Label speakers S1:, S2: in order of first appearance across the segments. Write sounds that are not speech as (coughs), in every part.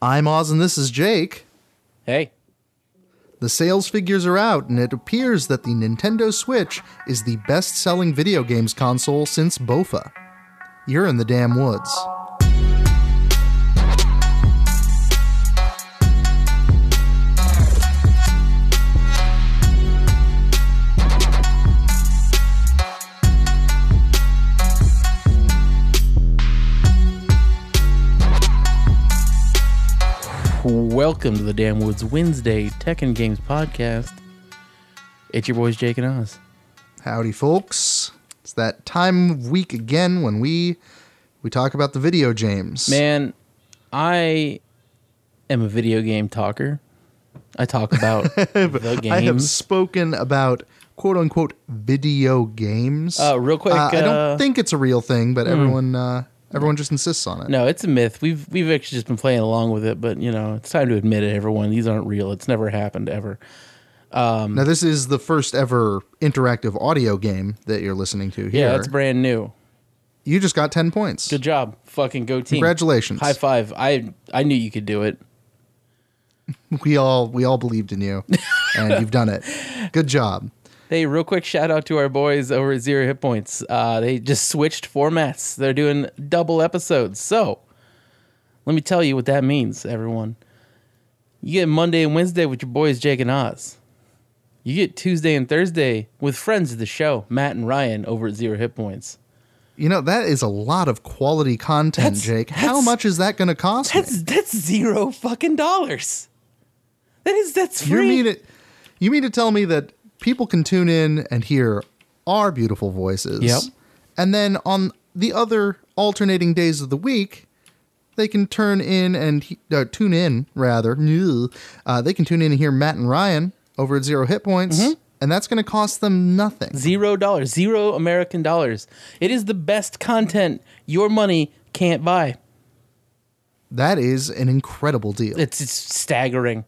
S1: I'm Oz and this is Jake.
S2: Hey.
S1: The sales figures are out, and it appears that the Nintendo Switch is the best selling video games console since Bofa. You're in the damn woods.
S2: Welcome to the Damn Woods Wednesday Tech and Games podcast. It's your boys Jake and Oz.
S1: Howdy, folks. It's that time of week again when we we talk about the video games.
S2: Man, I am a video game talker. I talk (laughs) about the
S1: I have
S2: games.
S1: spoken about quote unquote video games.
S2: Uh, real quick,
S1: I
S2: uh, hmm.
S1: don't think it's a real thing, but everyone uh, everyone just insists on it.
S2: No, it's a myth. We've we've actually just been playing along with it, but you know, it's time to admit it, everyone. These aren't real. It's never happened ever.
S1: Now, this is the first ever interactive audio game that you're listening to here.
S2: Yeah, it's brand new.
S1: you just got 10 points.
S2: Good job. Fucking go team.
S1: Congratulations.
S2: High five. I I knew you could do it.
S1: We all we all believed in
S2: (laughs)
S1: you and you've done it. Good job.
S2: Hey, real quick shout out to our boys over at Zero Hit Points. Uh, they just switched formats. They're doing double episodes. So let me tell you what that means, everyone. You get Monday and Wednesday with your boys Jake and Oz. You get Tuesday and Thursday with friends of the show, Matt and Ryan over at Zero Hit Points.
S1: You know, that is a lot of quality content,
S2: That's-
S1: Jake. How
S2: that's-
S1: much is that going to cost? me?
S2: That's that's zero fucking dollars. That is that's
S1: You
S2: free.
S1: mean it? You mean to tell me that people can tune in and hear our beautiful voices?
S2: Yep.
S1: And then on the other alternating days of the week, they can turn in and he- uh, tune in rather. Uh, they can tune in and hear Matt and Ryan over at Zero Hit Points,
S2: Mm-hmm.
S1: and that's going to cost them nothing.
S2: Zero dollars, zero American dollars. It is the best content your money can't buy.
S1: That is an incredible deal.
S2: It's, it's staggering.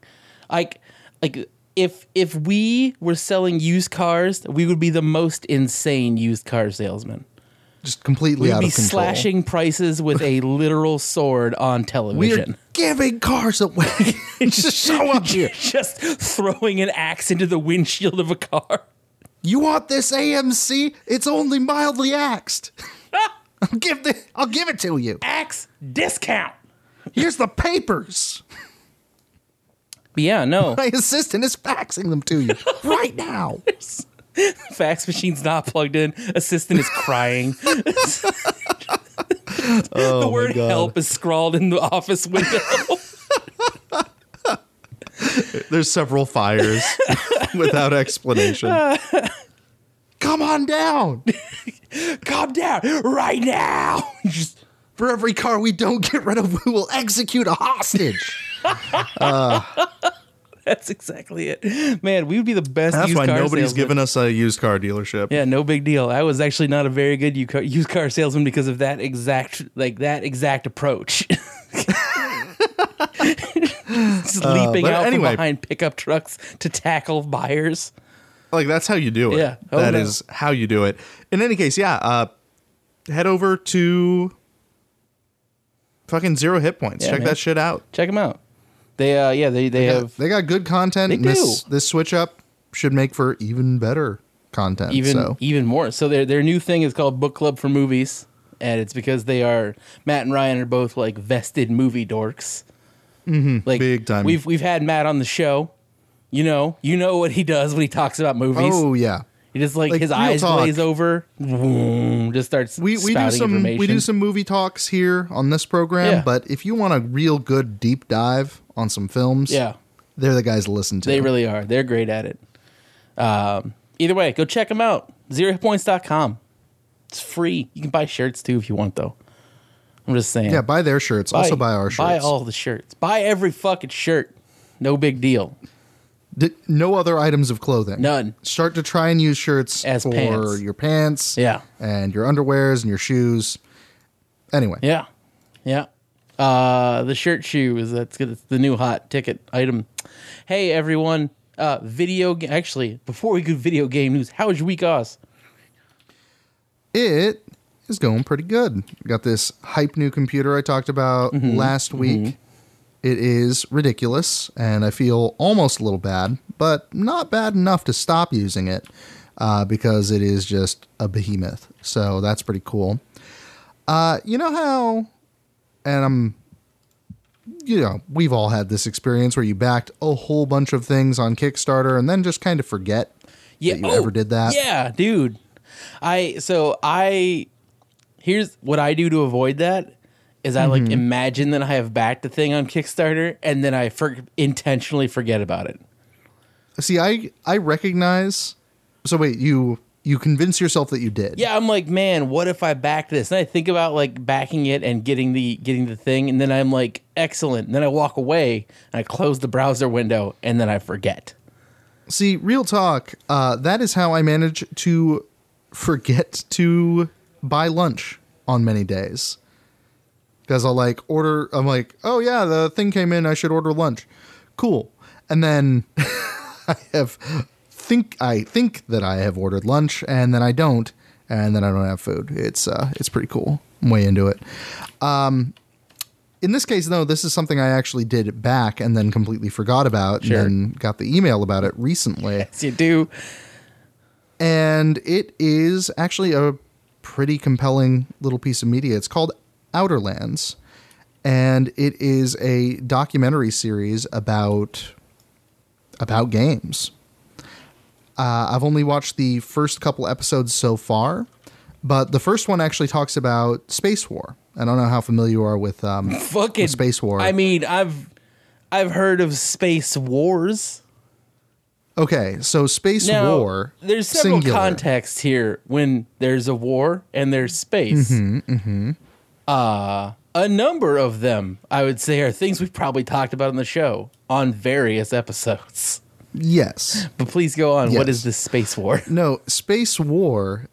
S2: Like like if if we were selling used cars, we would be the most insane used car salesman.
S1: Just completely
S2: We'd
S1: out
S2: be
S1: of control.
S2: slashing prices with a literal sword on
S1: (laughs) We're
S2: television.
S1: giving cars away.
S2: (laughs)
S1: Just show up here.
S2: Just throwing an axe into the windshield of a car. (laughs)
S1: You want this AMC? It's only mildly axed. I'll give the, I'll give it to you.
S2: Axe discount.
S1: Here's the papers.
S2: But
S1: (laughs)
S2: yeah, no.
S1: My assistant is faxing them to you right now.
S2: Fax machine's not plugged in. Assistant is crying. (laughs) the word
S1: Oh God.
S2: help is scrawled in the office window. (laughs)
S1: There's several
S3: (laughs)
S1: fires without explanation. Come on down.
S2: Calm down right now. (laughs) Just
S1: For every car we don't get rid of, we will execute a hostage.
S2: That's exactly it. Man, we would be the best. used car salesman.
S1: us a used car dealership.
S2: Yeah, no big deal. I was actually not a very good u- car- used car salesman because of that exact, like that exact approach. (laughs) Just leaping
S3: Uh, but
S2: out
S3: anyway.
S2: from behind pickup trucks to tackle buyers.
S3: like that's how you do it.
S2: Yeah.
S3: That is
S2: Oh, no.
S3: how you do it. In any case, yeah. Uh, head over to fucking zero hit points.
S2: Yeah,
S3: Check
S2: man.
S3: that shit out.
S2: Check them out. They, uh, yeah, they, they have
S1: They got good content.
S2: They
S1: and This,
S2: do.
S1: this switch up should make for even better content.
S2: even
S1: so.
S2: even more. So their their new thing is called Book Club for Movies, and it's because they are Matt and Ryan are both like vested movie dorks. Mm-hmm, like
S3: big time.
S2: We've we've had Matt on the show. You know, you know what he does when he talks about movies.
S1: Oh yeah.
S2: he just like,
S1: like,
S2: his
S1: real
S2: eyes
S1: talk.
S2: glaze over, Vroom, just starts
S1: we, we do
S2: spouting
S1: some
S2: information.
S1: we do some movie talks here on this program
S2: Yeah.
S1: but if you want a real good deep dive on some films
S2: Yeah.
S1: they're the guys to listen to
S2: They really are. They're great at it. Um, either way, go check them out. Zeropoints.com. It's free. You can buy shirts too if you want, though. I'm just saying.
S1: yeah buy their shirts also buy our shirts
S2: Buy all the shirts. Buy every fucking shirt. No big deal.
S1: D- no other items of clothing
S2: None.
S1: start to try and use shirts
S2: As
S1: for
S2: pants.
S1: your pants
S2: Yeah.
S1: and your underwears and your shoes anyway
S2: Yeah, yeah. Uh, the shirt shoe is that's good. It's the new hot ticket item. Hey everyone. Uh, video. Ga- Actually, before we do video game news, how was your week, Oz?
S1: it is going pretty good. Got this hype new computer I talked about last week. It is ridiculous, and I feel almost a little bad, but not bad enough to stop using it uh, because it is just a behemoth. So that's pretty cool. Uh, you know how, and I'm, you know, we've all had this experience where you backed a whole bunch of things on Kickstarter and then just kind of forget
S2: yeah, Oh,
S1: that you ever did that.
S2: Yeah, dude. I so I here's what I do to avoid that is I
S1: Mm-hmm.
S2: like imagine that I have backed a thing on Kickstarter and then I for, intentionally forget about it.
S1: See, I I recognize. So wait, you you convince yourself that you did.
S2: Yeah, I'm like, man, what if I backed this? And I think about like backing it and getting the getting the thing, and then I'm like, excellent. And then I walk away and I close the browser window, and then I forget.
S1: See, real talk. Uh, that is how I manage to forget to buy lunch on many days. Because I'll like order. I'm like, oh yeah, the thing came in. I should order lunch. Cool. And then (laughs) I have think I think that I have ordered lunch, and then I don't, and then I don't have food. It's uh, it's pretty cool. I'm way into it. Um, In this case, though, this is something I actually did back and then completely forgot about,
S2: Sure.
S1: and then got the email about it recently.
S2: So you do.
S1: And it is actually a pretty compelling little piece of media. It's called Outerlands, and it is a documentary series about about games. Uh, I've only watched the first couple episodes so far, but the first one actually talks about space war. I don't know how familiar you are with um,
S2: Fucking
S1: with space war.
S2: I mean, I've I've heard of space wars.
S1: Okay, so space
S2: Now,
S1: war.
S2: There's several
S1: singular.
S2: contexts here when there's a war and there's space. Mm-hmm, Uh, a number of them, I would say, are things we've probably talked about on the show on various episodes.
S1: Yes.
S2: But please go on. What
S1: Yes.
S2: is this
S1: (laughs)
S2: space war?
S1: No, space war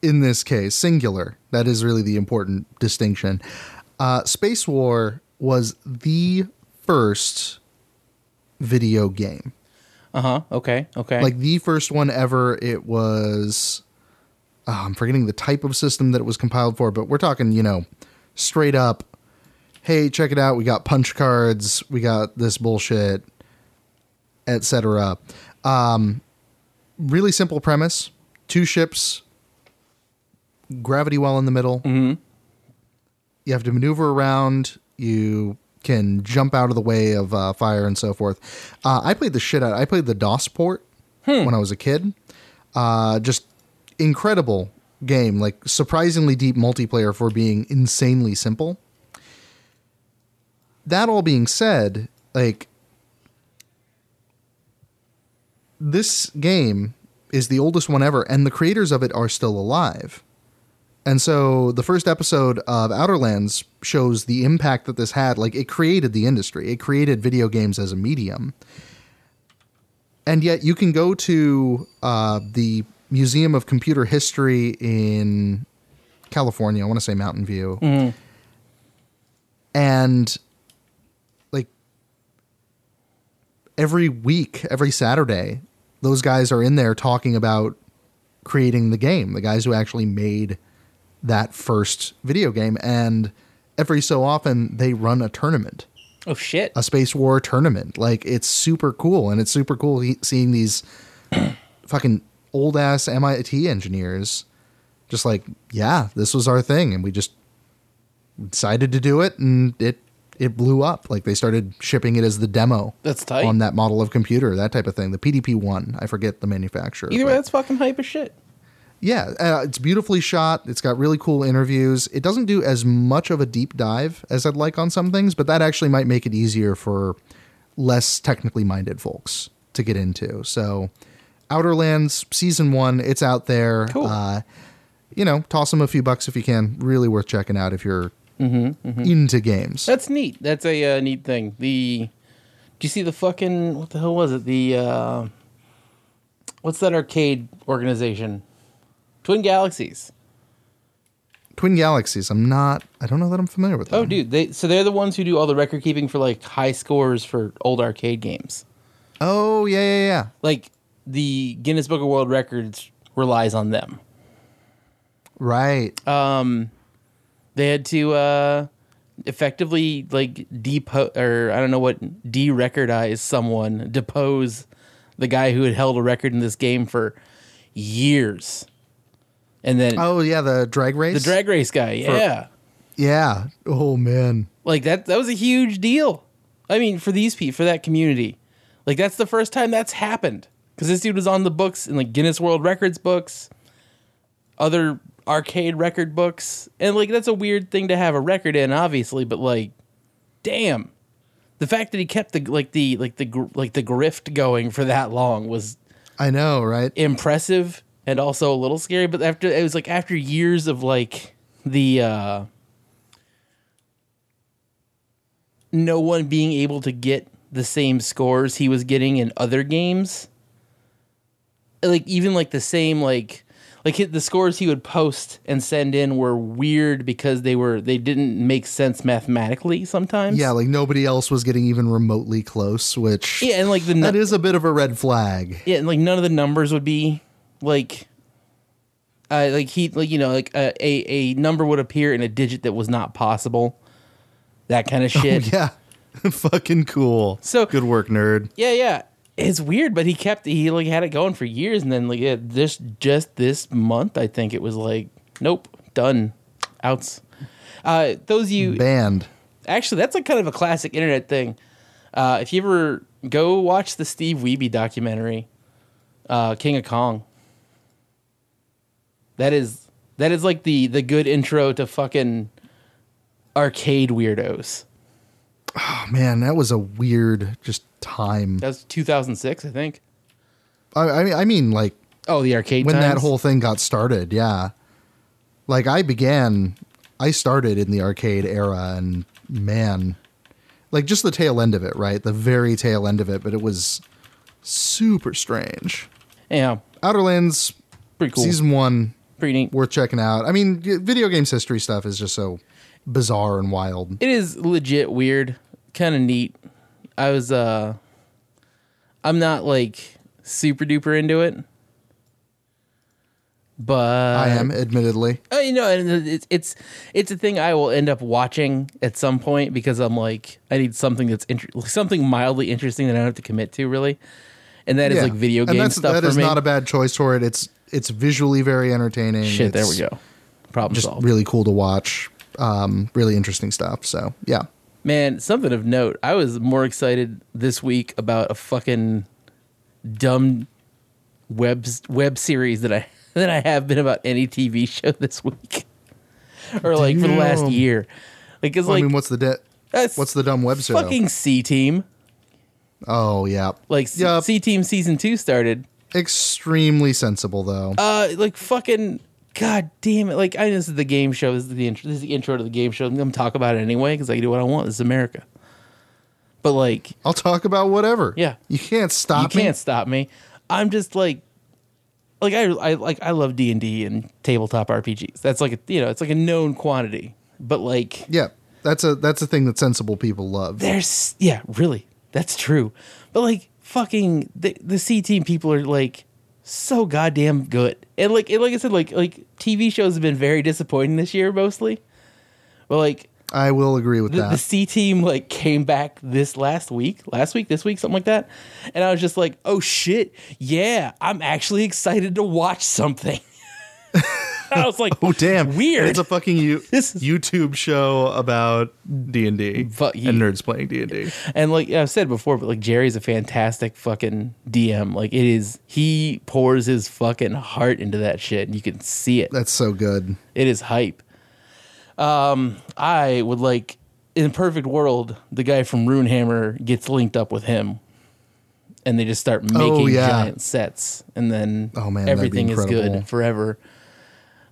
S1: in this case, singular. That is really the important distinction. Uh, space war was the first video game.
S2: Uh huh.
S1: Uh-huh.
S2: Okay. Okay.
S1: Like the first one ever. It was. oh, I'm forgetting the type of system that it was compiled for, but we're talking, you know, straight up. Hey, check it out. We got punch cards. We got this bullshit, etc. Um, really simple premise: two ships, gravity well in the middle. You have to maneuver around. You can jump out of the way of uh, fire and so forth. Uh, I played the shit out. I played the DOS port when I was a kid. Uh, just incredible game, like surprisingly deep multiplayer for being insanely simple. That all being said, like this game is the oldest one ever, and the creators of it are still alive. And so the first episode of Outerlands shows the impact that this had. Like it created the industry, it created video games as a medium. And yet you can go to uh, the Museum of Computer History in California, I want to say Mountain View, and like every week, every Saturday, those guys are in there talking about creating the game, the guys who actually made that first video game. And every so often, they run a tournament,
S2: oh shit.
S1: a Space War tournament. Like, it's super cool. And it's super cool he- seeing these (clears throat) fucking old ass MIT engineers just like, yeah, this was our thing. And we just decided to do it. And it, it blew up. Like, they started shipping it as the demo
S2: That's tight.
S1: on that model of computer, that type of thing. The PDP one, I forget the manufacturer.
S2: Either way,
S1: but-
S2: that's fucking hype as shit.
S1: yeah, uh, it's beautifully shot. It's got really cool interviews. It doesn't do as much of a deep dive as I'd like on some things, but that actually might make it easier for less technically minded folks to get into. So, Outerlands season one, it's out there.
S2: Cool.
S1: Uh, you know, toss them a few bucks if you can. Really worth checking out if you're
S2: Mm-hmm,
S1: into games.
S2: That's neat. That's a uh, neat thing. The do you see the fucking what the hell was it? The uh, what's that arcade organization? Twin Galaxies.
S1: Twin Galaxies. I'm not. I don't know that I'm familiar with.
S2: Oh,
S1: them.
S2: dude, they so they're the ones who do all the record keeping for like high scores for old arcade games.
S1: Oh yeah yeah yeah.
S2: Like the Guinness Book of World Records relies on them.
S1: Right.
S2: Um, They had to uh effectively like depose or I don't know what derecordize someone, depose the guy who had held a record in this game for years, and then
S1: Oh yeah, the drag race.
S2: the drag race guy, yeah,
S1: Yeah. Oh man.
S2: like that that was a huge deal. I mean, for these people, for that community, like that's the first time that's happened because this dude was on the books in like Guinness World Records books, other arcade record books, and like that's a weird thing to have a record in, obviously, but like, damn, the fact that he kept the like the like the gr- like the grift going for that long was
S1: I know, right?
S2: impressive and also a little scary but after it was like after years of like the uh no one being able to get the same scores he was getting in other games like even like the same like like hit the scores he would post and send in were weird because they were they didn't make sense mathematically sometimes
S1: yeah, like nobody else was getting even remotely close, which
S2: yeah and like the
S1: that is a bit of a red flag. (laughs)
S2: Yeah, and like none of the numbers would be like, uh, like he like you know like uh, a, a a number would appear in a digit that was not possible, that kind of shit.
S1: Yeah. (laughs) Fucking cool.
S2: So-
S1: good work, nerd.
S2: yeah. yeah, it's weird, but he kept he like had it going for years, and then like yeah, this just this month, I think it was like nope, done, outs. Uh, those of you
S1: Banned.
S2: actually that's like kind of a classic internet thing uh, if you ever go watch the steve wiebe documentary uh, king of kong that is that is like the the good intro to fucking arcade weirdos
S1: Oh man, that was a weird just time.
S2: that was 2006 i think
S1: I, I mean, I mean, like
S2: oh the arcade
S1: when that
S2: times.
S1: whole thing got started. Yeah, like I began, I started in the arcade era, and man, like just the tail end of it, right? The very tail end of it, but it was super strange.
S2: yeah
S1: Outer Lands
S2: pretty cool
S1: season one,
S2: pretty neat
S1: worth checking out. I mean, y- video games history stuff is just so bizarre and wild.
S2: it is legit weird kind of neat i was uh i'm not like super duper into it but
S1: I am, admittedly.
S2: Oh, you know, and it's it's it's a thing I will end up watching at some point because I'm like I need something that's inter- something mildly interesting that I don't have to commit to really, and that is
S1: Yeah.
S2: like video
S1: And
S2: game
S1: that's-
S2: stuff
S1: That
S2: for
S1: is
S2: me.
S1: not a bad choice for it. It's it's visually very entertaining.
S2: Shit, there
S1: It's
S2: we go. Problem
S1: Just
S2: solved.
S1: really cool to watch. Um, really interesting stuff. So yeah.
S2: Man, something of note. I was more excited this week about a fucking dumb web web series that I (laughs) than I have been about any TV show (laughs) this week, or like for the last
S1: Damn.
S2: year. Like, it's
S1: Well,
S2: like
S1: I mean, what's the de-
S2: that's
S1: what's the dumb web show?
S2: fucking C team.
S1: oh yeah,
S2: Like C-
S1: Yup.
S2: C Team season two started.
S1: extremely sensible though.
S2: Uh, like fucking god damn it! Like I know this is the game show. This is the intro. This is the intro to the game show. I'm gonna talk about it anyway because I can do what I want. This is America. But like, you
S1: I'll talk about whatever.
S2: Yeah.
S1: you can't stop me.
S2: can't stop me. I'm just like, like I, I like I love D and D and tabletop RPGs. That's like a you know it's like a known quantity. But like,
S1: Yeah, that's a that's a thing that sensible people love.
S2: there's yeah really that's true but like fucking the, the c team people are like so goddamn good and like and like i said like like tv shows have been very disappointing this year mostly but like
S1: I will agree with
S2: the, the
S1: that.
S2: c team like came back this last week last week this week something like that and i was just like oh shit yeah i'm actually excited to watch something (laughs) i was like
S3: Oh damn!
S2: Weird.
S3: And it's a fucking you,
S2: (laughs) This is-
S3: YouTube show about D and D and
S2: But ye-
S3: nerds playing D and D.
S2: And like I've said before, but like Jerry's a fantastic fucking DM. Like it is, he pours his fucking heart into that shit, and you can see it.
S1: That's so good.
S2: It is hype. Um, I would like, in a perfect world, the guy from Runehammer gets linked up with him, and they just start making
S1: Oh, yeah.
S2: giant sets, and then
S1: Oh, man, that'd be
S2: everything is
S1: incredible.
S2: good forever.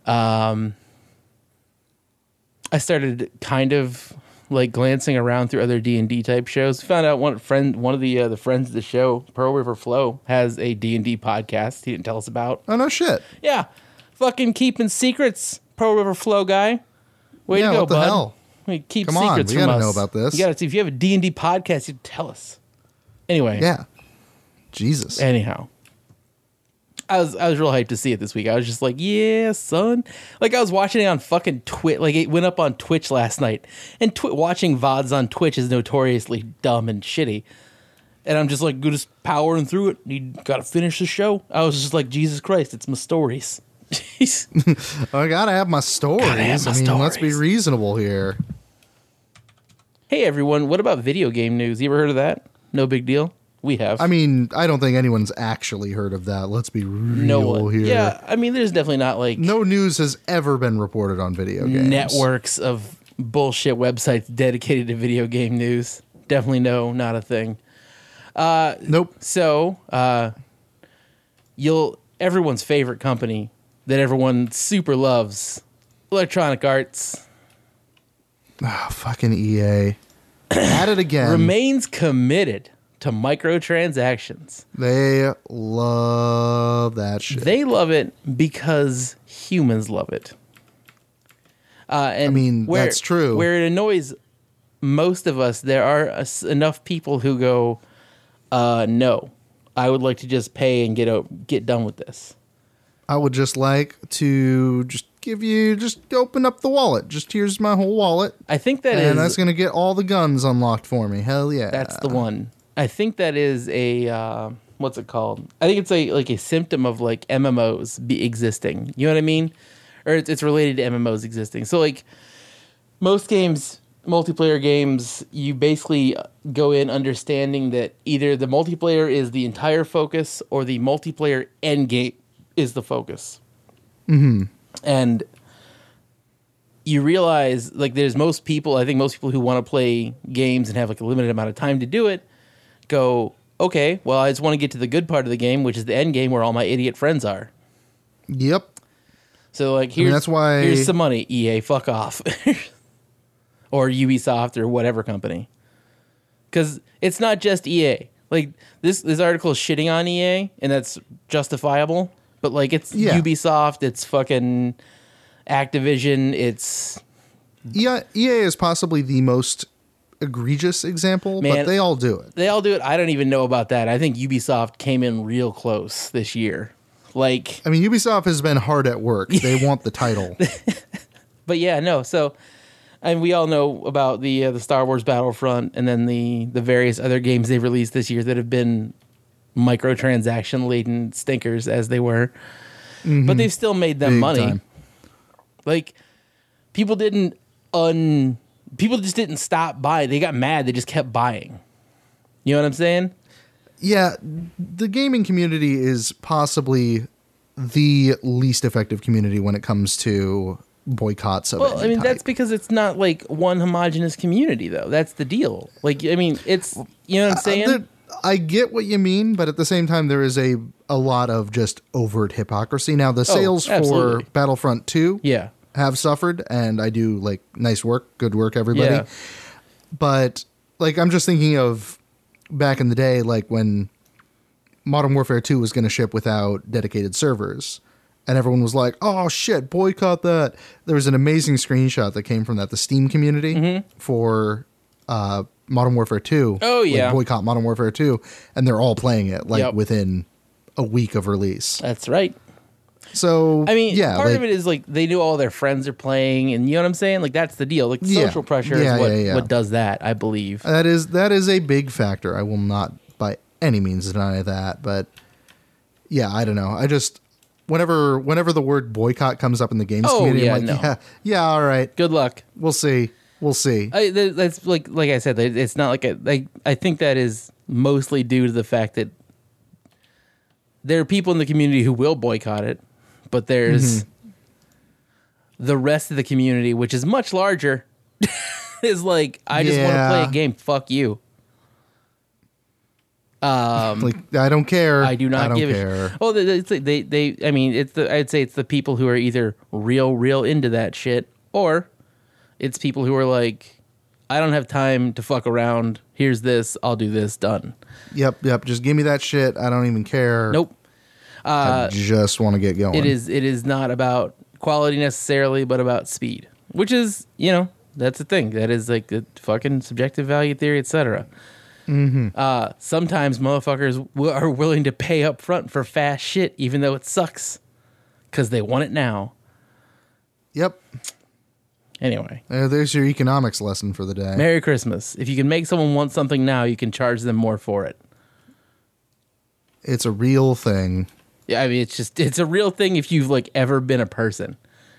S2: Um, I started kind of like glancing around through other D and D type shows. Found out one friend, one of the uh, the friends of the show, Pearl River Flow, has a D and D podcast. He didn't tell us about.
S1: Oh no shit.
S2: Yeah. Fucking keeping secrets, Pro River Flow guy. Way
S1: Yeah,
S2: to go,
S1: what the
S2: bud.
S1: hell?
S2: We keep
S1: Come on,
S2: secrets
S1: we
S2: from
S1: gotta
S2: us.
S1: know about this.
S2: You gotta, if you have a D&D podcast, you tell us. Anyway.
S1: Yeah. Jesus.
S2: Anyhow. I was I was real hyped to see it this week. I was just like, yeah, son. Like I was watching it on fucking Twitch. Like it went up on Twitch last night, and tw- watching vods on Twitch is notoriously dumb and shitty. And I'm just like, good as powering through it. You gotta finish the show. I was just like, Jesus Christ, it's my stories. (laughs) Jeez.
S1: I gotta have my stories.
S2: have my
S1: I mean, let's be
S2: stories.
S1: reasonable here.
S2: hey everyone, what about video game news? You ever heard of that? No big deal. We have.
S1: I mean, I don't think anyone's actually heard of that. Let's be real
S2: no one.
S1: here.
S2: Yeah, I mean, there's definitely not like
S1: No news has ever been reported on video games.
S2: networks of bullshit websites dedicated to video game news. Definitely no, not a thing.
S1: Nope.
S2: So, uh, you'll everyone's favorite company that everyone super loves, Electronic Arts,
S1: Ah, fucking
S2: (coughs)
S1: EA. At it again.
S2: remains committed to microtransactions.
S1: they love that shit.
S2: They love it because humans love it. Uh, and I
S1: mean, that's true.
S2: Where it annoys most of us, there are us- enough people who go, uh, "No, I would like to just pay and get o- get done with this."
S1: I would just like to just give you just open up the wallet. Just here's my whole wallet.
S2: I think that is
S1: and that's gonna get all the guns unlocked for me. Hell yeah.
S2: that's the one. I think that is a uh, what's it called? I think it's a like a symptom of like MMOs be existing. You know what I mean? Or it's it's related to MMOs existing. So like most games, multiplayer games, you basically uh, go in understanding that either the multiplayer is the entire focus or the multiplayer end game is the focus. Mm-hmm. And you realize like there's most people i think most people who want to play games and have like a limited amount of time to do it go okay well i just want to get to the good part of the game which is the end game where all my idiot friends are
S1: Yep.
S2: so like here's
S1: that's why-
S2: here's some money ea fuck off (laughs) or ubisoft or whatever company because it's not just ea like this this article is shitting on ea and that's justifiable but like it's
S1: Yeah.
S2: ubisoft it's fucking activision it's
S1: Yeah, EA E is possibly the most egregious example,
S2: Man.
S1: but they all do it.
S2: they all do it. I don't even know about that. I think Ubisoft came in real close this year. Like,
S1: I mean, Ubisoft has been hard at work.
S2: (laughs)
S1: They want the title.
S2: but yeah, no. So, and we all know about the uh, the Star Wars Battlefront, and then the the various other games they released this year that have been microtransaction laden stinkers as they were, but they've still made them
S1: Mm-hmm. Big
S2: money.
S1: time.
S2: Like, people didn't un people just didn't stop buying. They got mad. They just kept buying. You know what I'm saying?
S1: Yeah, the gaming community is possibly the least effective community when it comes to boycotts of
S2: Well,
S1: any
S2: I mean,
S1: type.
S2: that's because it's not like one homogenous community, though. That's the deal. Like, I mean, it's you know what I'm saying.
S1: uh, There- I get what you mean, but at the same time, there is a a lot of just overt hypocrisy. Now, the sales for
S2: Oh, absolutely.
S1: Battlefront Two,
S2: yeah,
S1: have suffered, and I do like nice work, good work, everybody.
S2: Yeah.
S1: But like, I'm just thinking of back in the day, like when Modern Warfare 2 was going to ship without dedicated servers. And everyone was like, oh shit, boycott that. There was an amazing screenshot that came from that, the Steam community for uh, Modern Warfare 2.
S2: Mm-hmm. Oh,
S1: like,
S2: yeah.
S1: boycott Modern Warfare 2. And they're all playing it like
S2: Yep.
S1: within a week of release.
S2: that's right.
S1: So,
S2: I mean,
S1: yeah,
S2: part
S1: like,
S2: of it is like they knew all their friends are playing, and you know what I'm saying. Like, that's the deal. Like,
S1: Yeah.
S2: social pressure
S1: Yeah,
S2: is what
S1: yeah, yeah.
S2: what does that. I believe.
S1: That is that is a big factor. I will not by any means deny that, but yeah, I don't know. I just whenever whenever the word boycott comes up in the games
S2: Oh,
S1: community, I'm
S2: yeah,
S1: like,
S2: no.
S1: yeah, yeah, all right,
S2: Good luck.
S1: we'll see, we'll see.
S2: I, th- that's like like I said, th- it's not like a, like I think that is mostly due to the fact that there are people in the community who will boycott it, but there's the rest of the community, which is much larger, (laughs) is like I just want to play
S1: Yeah.
S2: a game. Fuck you.
S1: like I don't care.
S2: Um, I do not
S1: I don't
S2: give a
S1: care.
S2: shit. Oh, they, they, they, they- I mean, it's the, I'd say it's the people who are either real, real into that shit, or it's people who are like, I don't have time to fuck around. Here's this. I'll do this. Done.
S1: Yep, yep. Just give me that shit. I don't even care.
S2: Nope.
S1: I
S2: Uh,
S1: just want to get going.
S2: It is. It is not about quality necessarily, but about speed, which is you know that's the thing. That is like the fucking subjective value theory, etc.
S1: Mm-hmm.
S2: Uh, sometimes motherfuckers w- are willing to pay up front for fast shit, even though it sucks, because they want it now.
S1: Yep.
S2: Anyway,
S1: Uh, there's your economics lesson for the day.
S2: Merry Christmas. If you can make someone want something now, you can charge them more for it.
S1: it's a real thing.
S2: Yeah, I mean, it's just it's a real thing if you've like ever been a person.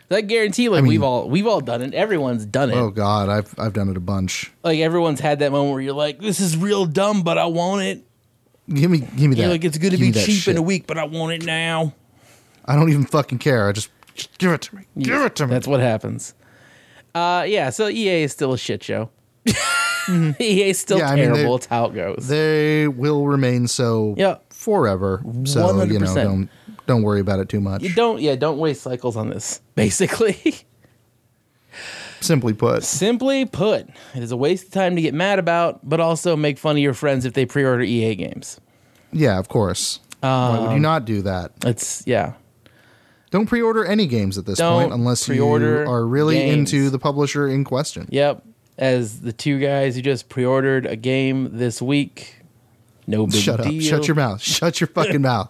S2: I guarantee, like we've all we've all done it. Everyone's done it.
S1: Oh God, I've I've done it a bunch.
S2: Like everyone's had that moment where you're like, "This is real dumb, but I want it."
S1: Give me give me that.
S2: You're like, "It's going to
S1: Give me
S2: be
S1: that
S2: cheap in
S1: shit.
S2: a week, but I want it now."
S1: I don't even fucking care. I just, just give it to me. Give it to me.
S2: That's what happens. Uh, yeah. So EA is still a shit show. (laughs) EA is still
S1: Mm-hmm. Yeah, I mean,
S2: terrible.
S1: they're-
S2: it's how it goes.
S1: They will remain so
S2: Yeah.
S1: forever. So you know,
S2: 100%.
S1: don't don't worry about it too much.
S2: You don't. Yeah, don't waste cycles on this. Basically. (laughs)
S1: Simply put,
S2: Simply put, it is a waste of time to get mad about, but also make fun of your friends if they pre-order EA games.
S1: yeah, of course. Why would you
S2: Um,
S1: not do that?
S2: It's yeah.
S1: Don't pre-order any games at this
S2: Don't
S1: point unless you
S2: pre-order
S1: are really
S2: games.
S1: into the publisher in question.
S2: Yep. As the two guys who just pre-ordered a game this week. No big
S1: Shut up.
S2: deal.
S1: Shut your mouth. (laughs) Shut your fucking
S2: (laughs)
S1: mouth.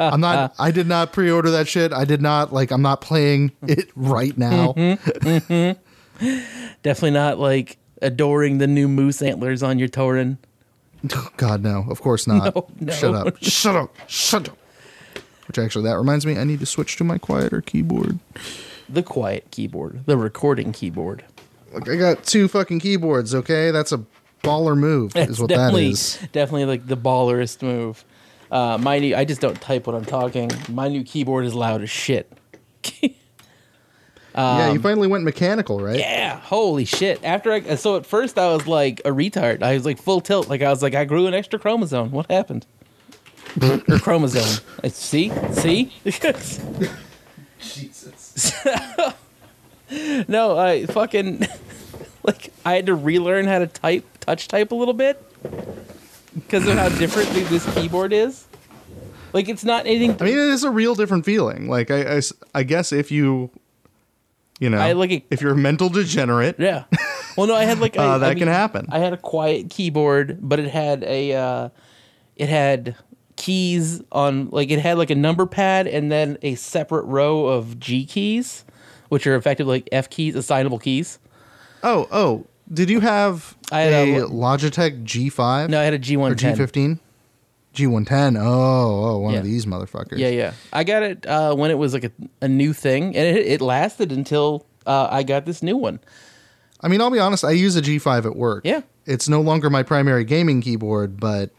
S1: I'm not I did not pre-order that shit. I did not like I'm not playing it right now.
S2: Mm-hmm. Definitely not like adoring the new moose antlers on your Torin.
S1: (sighs) God no. Of course not.
S2: No, no.
S1: Shut up. Shut up. Shut up. Which actually that reminds me I need to switch to my quieter keyboard.
S2: The quiet keyboard. The recording keyboard.
S1: Look, I got two fucking keyboards, okay? That's a baller move is what that
S2: definitely,
S1: is.
S2: Definitely like the ballerist move. Uh, my new, I just don't type when I'm talking. My new keyboard is loud as shit. (laughs)
S1: yeah, you finally went mechanical, right?
S2: um, Yeah, holy shit. After I so at first I was like a retard. I was like full tilt. Like I was like I grew an extra chromosome. What happened? or chromosome. I- See? See? Jesus. no, I fucking (laughs) like I had to relearn how to type touch type a little bit because of how different th- this keyboard is. Like it's not anything
S1: I mean, it is a real different feeling. Like I, I s- I guess if you, you know,
S2: I like it-
S1: if you're a mental degenerate,
S2: Yeah. Well, no, I had
S1: (laughs)
S2: like
S1: Uh,
S2: I- I
S1: that can happen.
S2: I had a quiet keyboard, but it had a uh, it had keys on like it had like a number pad and then a separate row of G keys, which are effectively like F keys, assignable keys.
S1: oh, oh, did you have
S2: I had
S1: a
S2: a-
S1: Logitech G5?
S2: No, I had a G
S1: or
S2: one ten.
S1: G15, G110. Oh, oh, one of
S2: Yeah.
S1: these motherfuckers.
S2: Yeah, yeah. I got it uh, when it was like a, a new thing, and it, it lasted until uh, I got this new one.
S1: I mean, I'll be honest. I use a G5 at work.
S2: Yeah.
S1: It's no longer my primary gaming keyboard, but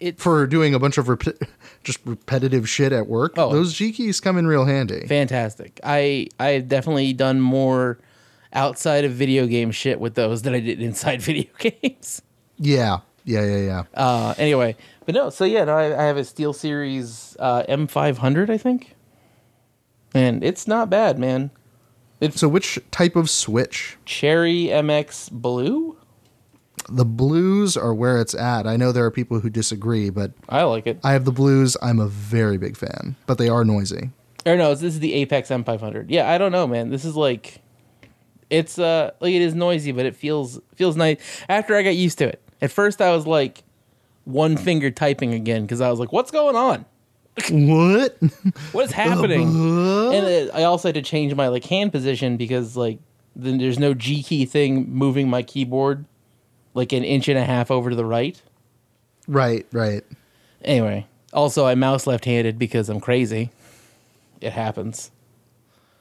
S2: It
S1: for doing a bunch of rep- (laughs) just repetitive shit at work,
S2: Oh.
S1: those G keys come in real handy.
S2: fantastic. I I've definitely done more outside of video game shit with those than I did inside (laughs) video games.
S1: yeah, yeah, yeah, yeah.
S2: Uh, anyway, but no, so yeah, no, I, I have a Steel Series uh, M500, I think, and it's not bad, man.
S1: so, which type of switch?
S2: Cherry MX Blue,
S1: the blues are where it's at. I know there are people who disagree, but
S2: I like it.
S1: I have the blues. I'm a very big fan, but they are noisy. (laughs)
S2: Or no, this is the Apex M500. Yeah, I don't know, man. This is like, it's uh, like it is noisy, but it feels feels nice. After I got used to it, at first I was like, one finger typing again because I was like, what's going on?
S1: What? (laughs)
S2: What is happening? and uh, I also had to change my like hand position because like then there's no G key thing moving my keyboard like an inch and a half over to the right.
S1: right, right.
S2: Anyway, also I mouse left-handed because I'm crazy. It happens.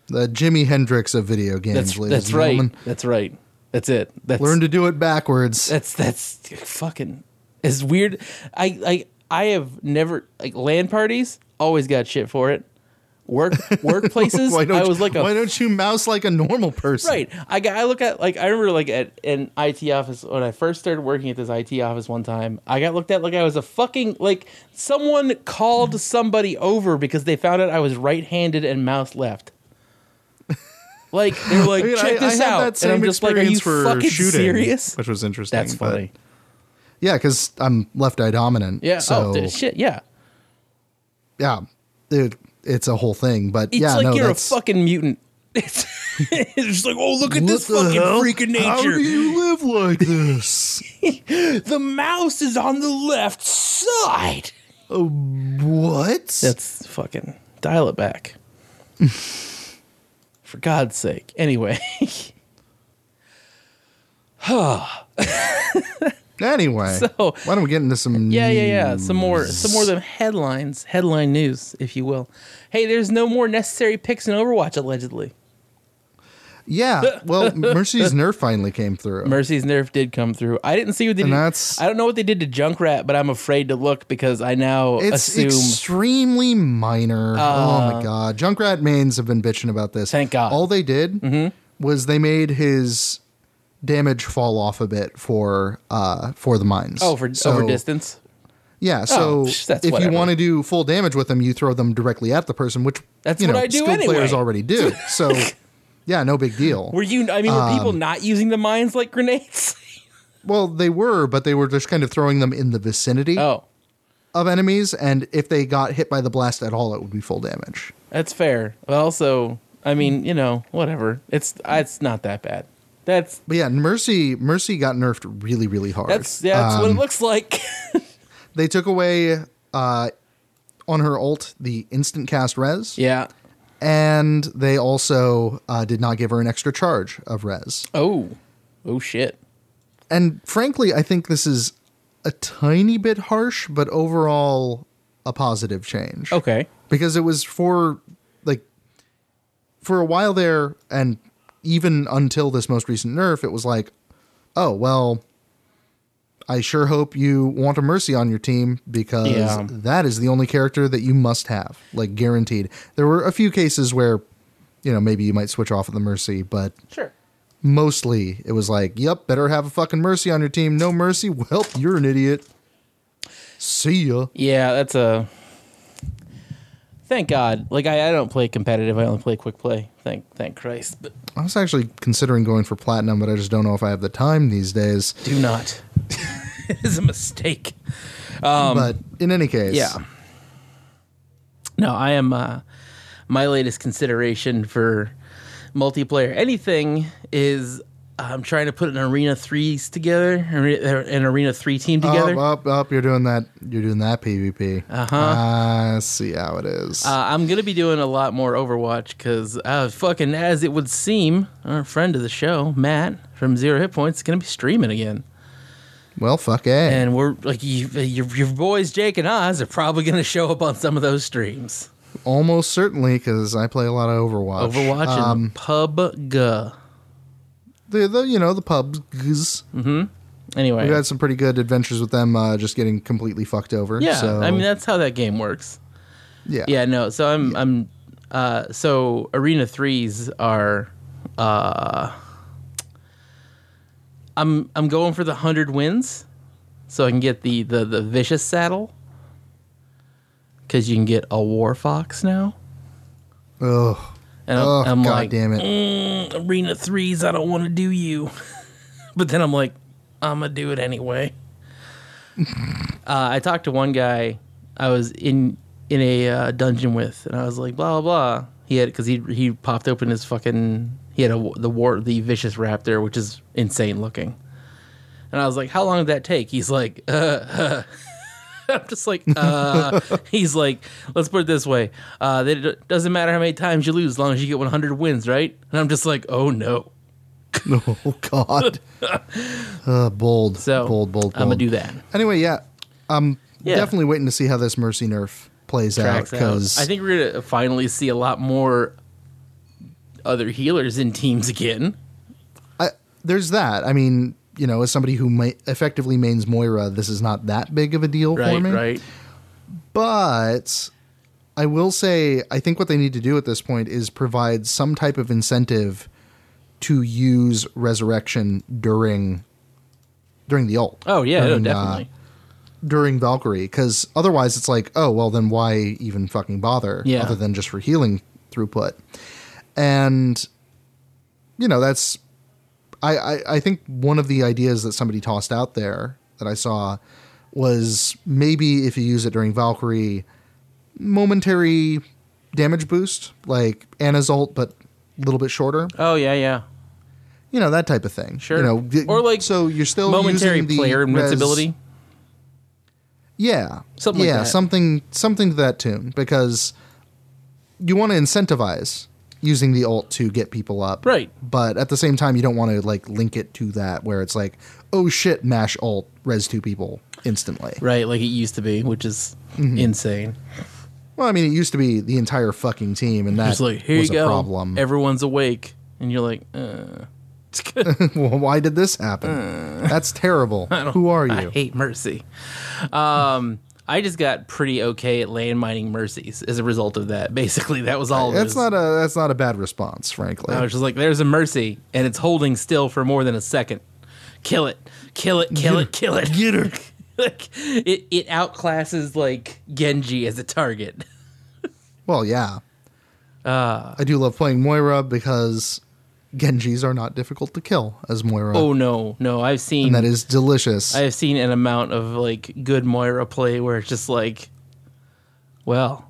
S1: The Jimi Hendrix of video games,
S2: That's
S1: ladies
S2: that's
S1: and
S2: right.
S1: gentlemen.
S2: That's right. That's it. That's
S1: Learn to do it backwards.
S2: that's that's fucking it's weird. I I I have never like land parties always got shit for it.
S1: (laughs)
S2: Work workplaces
S1: Why don't,
S2: I was like a
S1: why don't you mouse like a normal person?
S2: Right. I, got- I look at like I remember like at an IT office when I first started working at this IT office one time. I got looked at like I was a fucking like someone
S1: (laughs)
S2: called somebody over because they found out I was right-handed and mouse left. Like they're
S1: (laughs)
S2: like
S1: I mean,
S2: check
S1: I- I
S2: this
S1: had
S2: out,
S1: that same
S2: and I'm just like, are you
S1: experience for
S2: fucking
S1: shooting,
S2: serious?
S3: which was interesting.
S2: That's
S3: but-
S2: funny.
S1: Yeah, because I'm left eye dominant.
S2: Yeah.
S1: So,
S2: oh dude, shit. Yeah.
S1: yeah, it, it's a whole thing. But
S2: It's
S1: yeah,
S2: like
S1: no,
S2: you're a
S1: that's,
S2: fucking mutant. (laughs) It's, it's just like oh look at
S1: What
S2: this
S1: the
S2: fucking
S1: hell?
S2: freak of nature.
S1: How do you live like this? mouse.
S2: The mouse is on the left side.
S1: What?
S2: (laughs) That's fucking dial
S1: (laughs)
S2: it back. For God's sake. Anyway. (laughs)
S1: anyway,
S2: So-
S1: why don't we get into some?
S2: Yeah, yeah, yeah. Some more, some more of them headlines, headline news, if you will. Hey, there's no more necessary picks in Overwatch allegedly.
S1: (laughs) Yeah. Well,
S2: (laughs)
S1: Mercy's nerf finally came through.
S2: Mercy's nerf did come through. I didn't see what they
S1: And
S2: did.
S1: that's-
S2: I don't know what they did to Junkrat, but I'm afraid to look because I now
S1: it's
S2: assume. Uh,
S1: extremely minor. oh my god, Junkrat mains have been bitching about this.
S2: Thank God. Mm-hmm.
S1: All they did was they made his damage fall off a bit for uh for the mines.
S2: Oh, for
S1: So-
S2: over distance.
S1: Yeah, so
S2: Oh, psh, that's
S1: if
S2: whatever.
S1: you want to do full damage with them, you throw them directly at the person, which
S2: That's
S1: you
S2: what
S1: know,
S2: I do
S1: skilled
S2: anyway.
S1: players already
S2: (laughs)
S1: do. So yeah, no big deal.
S2: Were you? I mean, were
S1: um,
S2: people not using the mines like grenades? (laughs)
S1: well, they were, but they were just kind of throwing them in the vicinity
S2: oh,
S1: of enemies, and if they got hit by the blast at all, it would be full damage.
S2: that's fair. But also, I mean, you know, whatever. It's uh, it's not that bad. That's
S1: But yeah, Mercy Mercy got nerfed really, really hard. Uh,
S2: that's yeah, that's what it looks like. (laughs)
S1: They took away uh, on her ult the instant cast res,
S2: yeah.
S1: and they also uh, did not give her an extra charge of res.
S2: Oh. Oh shit.
S1: And frankly, I think this is a tiny bit harsh, but overall a positive change.
S2: Okay.
S1: because it was for like for a while there and even until this most recent nerf it was like oh well i sure hope you want a mercy on your team because
S2: Yeah.
S1: that is the only character that you must have like guaranteed there were a few cases where you know maybe you might switch off of the mercy but
S2: Sure.
S1: mostly it was like yep better have a fucking mercy on your team no mercy well you're an idiot see ya
S2: Yeah, that's a. Thank God. Like I, I don't play competitive. I only play quick play. Thank thank Christ. But
S1: I was actually considering going for platinum, but I just don't know if I have the time these days.
S2: do not. (laughs) it is a mistake.
S1: but in any case,
S2: Um, Yeah. No, I am. Uh, my latest consideration for multiplayer anything is uh, I'm trying to put an arena threes together, are- an arena three team together.
S1: Up, up, up! You're doing that. You're doing that PvP. Uh-huh. I see how it is.
S2: Uh, I'm gonna be doing a lot more Overwatch because, uh, fucking, as it would seem, our friend of the show, Matt from Zero Hit Points, is gonna be streaming again,
S1: well, fuck a.
S2: and we're like, you, your your boys Jake and Oz are probably gonna show up on some of those streams.
S1: Almost certainly because I play a lot of Overwatch.
S2: Overwatch
S1: Uh,
S2: and PUBG.
S1: the, the you know the pubs. We've
S2: Anyway,
S1: had some pretty good adventures with them. Uh, just getting completely fucked over.
S2: yeah,
S1: So,
S2: I mean that's how that game works.
S1: yeah.
S2: Yeah, no. So I'm I'm uh so arena threes are uh I'm I'm going for the hundred wins so I can get the the, the vicious saddle. Cause you can get a war fox now.
S1: Ugh.
S2: And I'm,
S1: Oh
S2: I'm
S1: god
S2: like eh.
S1: damn it!
S2: arena threes, I don't wanna do you. (laughs) but then I'm like, I'ma do it anyway. (laughs) uh, I talked to one guy I was in in a uh, dungeon with, and I was like, blah blah. blah. He had because he he popped open his fucking he had a the war the vicious raptor, which is insane looking. And I was like, how long did that take? He's like, (laughs) uh, I'm just like, uh, (laughs) he's like, let's put it this way. Uh, that it doesn't matter how many times you lose, as long as you get 100 wins, right? And I'm just like, oh no.
S1: (laughs) Oh
S2: (laughs)
S1: god. uh, bold.
S2: So
S1: bold, bold, bold.
S2: I'm gonna do that.
S1: Anyway, yeah, I'm
S2: Yeah.
S1: definitely waiting to see how this mercy nerf plays out
S2: Tracks out.
S1: because
S2: I think we're gonna finally see a lot more other healers in teams again.
S1: there's that. I mean, you know, as somebody who ma- effectively mains Moira, this is not that big of a deal for
S2: Right,
S1: me.
S2: right.
S1: But I will say, I think what they need to do at this point is provide some type of incentive to use resurrection during during the ult.
S2: Oh yeah, no,
S1: During, uh,
S2: definitely.
S1: during Valkyrie because otherwise it's like, oh, well, then why even fucking bother
S2: Yeah.
S1: other than just for healing throughput? And, you know, that's, I, I, I think one of the ideas that somebody tossed out there that I saw was maybe if you use it during Valkyrie, momentary damage boost, like Anna's ult, but a little bit shorter
S2: oh yeah, yeah.
S1: you know that type of thing.
S2: Sure.
S1: you know, d-
S2: Or, like,
S1: so you're still
S2: Momentary
S1: using the
S2: player
S1: res-
S2: invincibility.
S1: yeah,
S2: Something like
S1: yeah,
S2: that.
S1: something something to that tune because you want to incentivize using the alt to get people up,
S2: Right.
S1: But at the same time, you don't want to like link it to that where it's like, oh shit, mash alt res two people instantly.
S2: Right, like it used to be, which is
S1: Mm-hmm.
S2: insane.
S1: Well, I mean, it used to be the entire fucking team, and that
S2: It's like, here
S1: was
S2: you go.
S1: a problem.
S2: Everyone's awake. And you're like, uh,
S1: (laughs) well, why did this happen? That's terrible. Who are
S2: (laughs) I
S1: you?
S2: hate Mercy. Um, I just got pretty okay at landmining Mercies as a result of that. Basically, that was all. it
S1: That's
S2: was.
S1: not a that's not a bad response, frankly.
S2: I was just like, there's a mercy, and it's holding still for more than a second. Kill it. Kill it. Kill it. Kill it. Get her. (laughs) like, it, it outclasses, like, Genji as a target. (laughs)
S1: Well, yeah.
S2: Uh,
S1: I do love playing Moira because Genjis are not difficult to kill as Moira.
S2: Oh, no. No, I've seen.
S1: and that is delicious.
S2: I've seen an amount of, like, good Moira play where it's just like, well,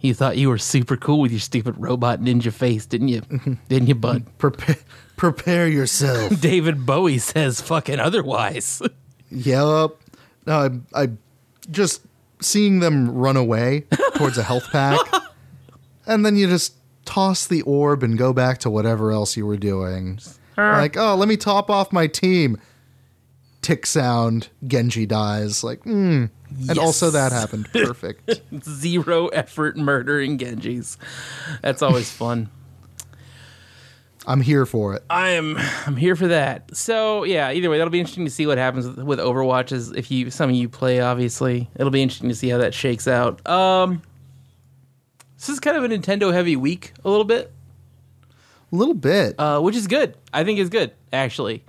S2: you thought you were super cool with your stupid robot ninja face, didn't you?
S1: Mm-hmm.
S2: didn't you, bud? (laughs)
S1: prepare, (laughs) prepare yourself.
S2: David Bowie says fucking otherwise. (laughs)
S1: yep. No, I, I just seeing them run away towards a health
S2: (laughs)
S1: pack, and then you just toss the orb and go back to whatever else you were doing. like, oh, let me top off my team. Tick sound. Genji dies. Like, mm. and also
S2: Yes.
S1: that happened. Perfect.
S2: (laughs) zero effort murdering Genjis. That's always fun.
S1: I'm here for it.
S2: I am I'm here for that. So yeah, either way, that'll be interesting to see what happens with- with Overwatch. Is if you some of you play, obviously, it'll be interesting to see how that shakes out. Um, this is kind of a Nintendo heavy week, a little bit,
S1: A little bit.
S2: uh, which is good. I think is good actually,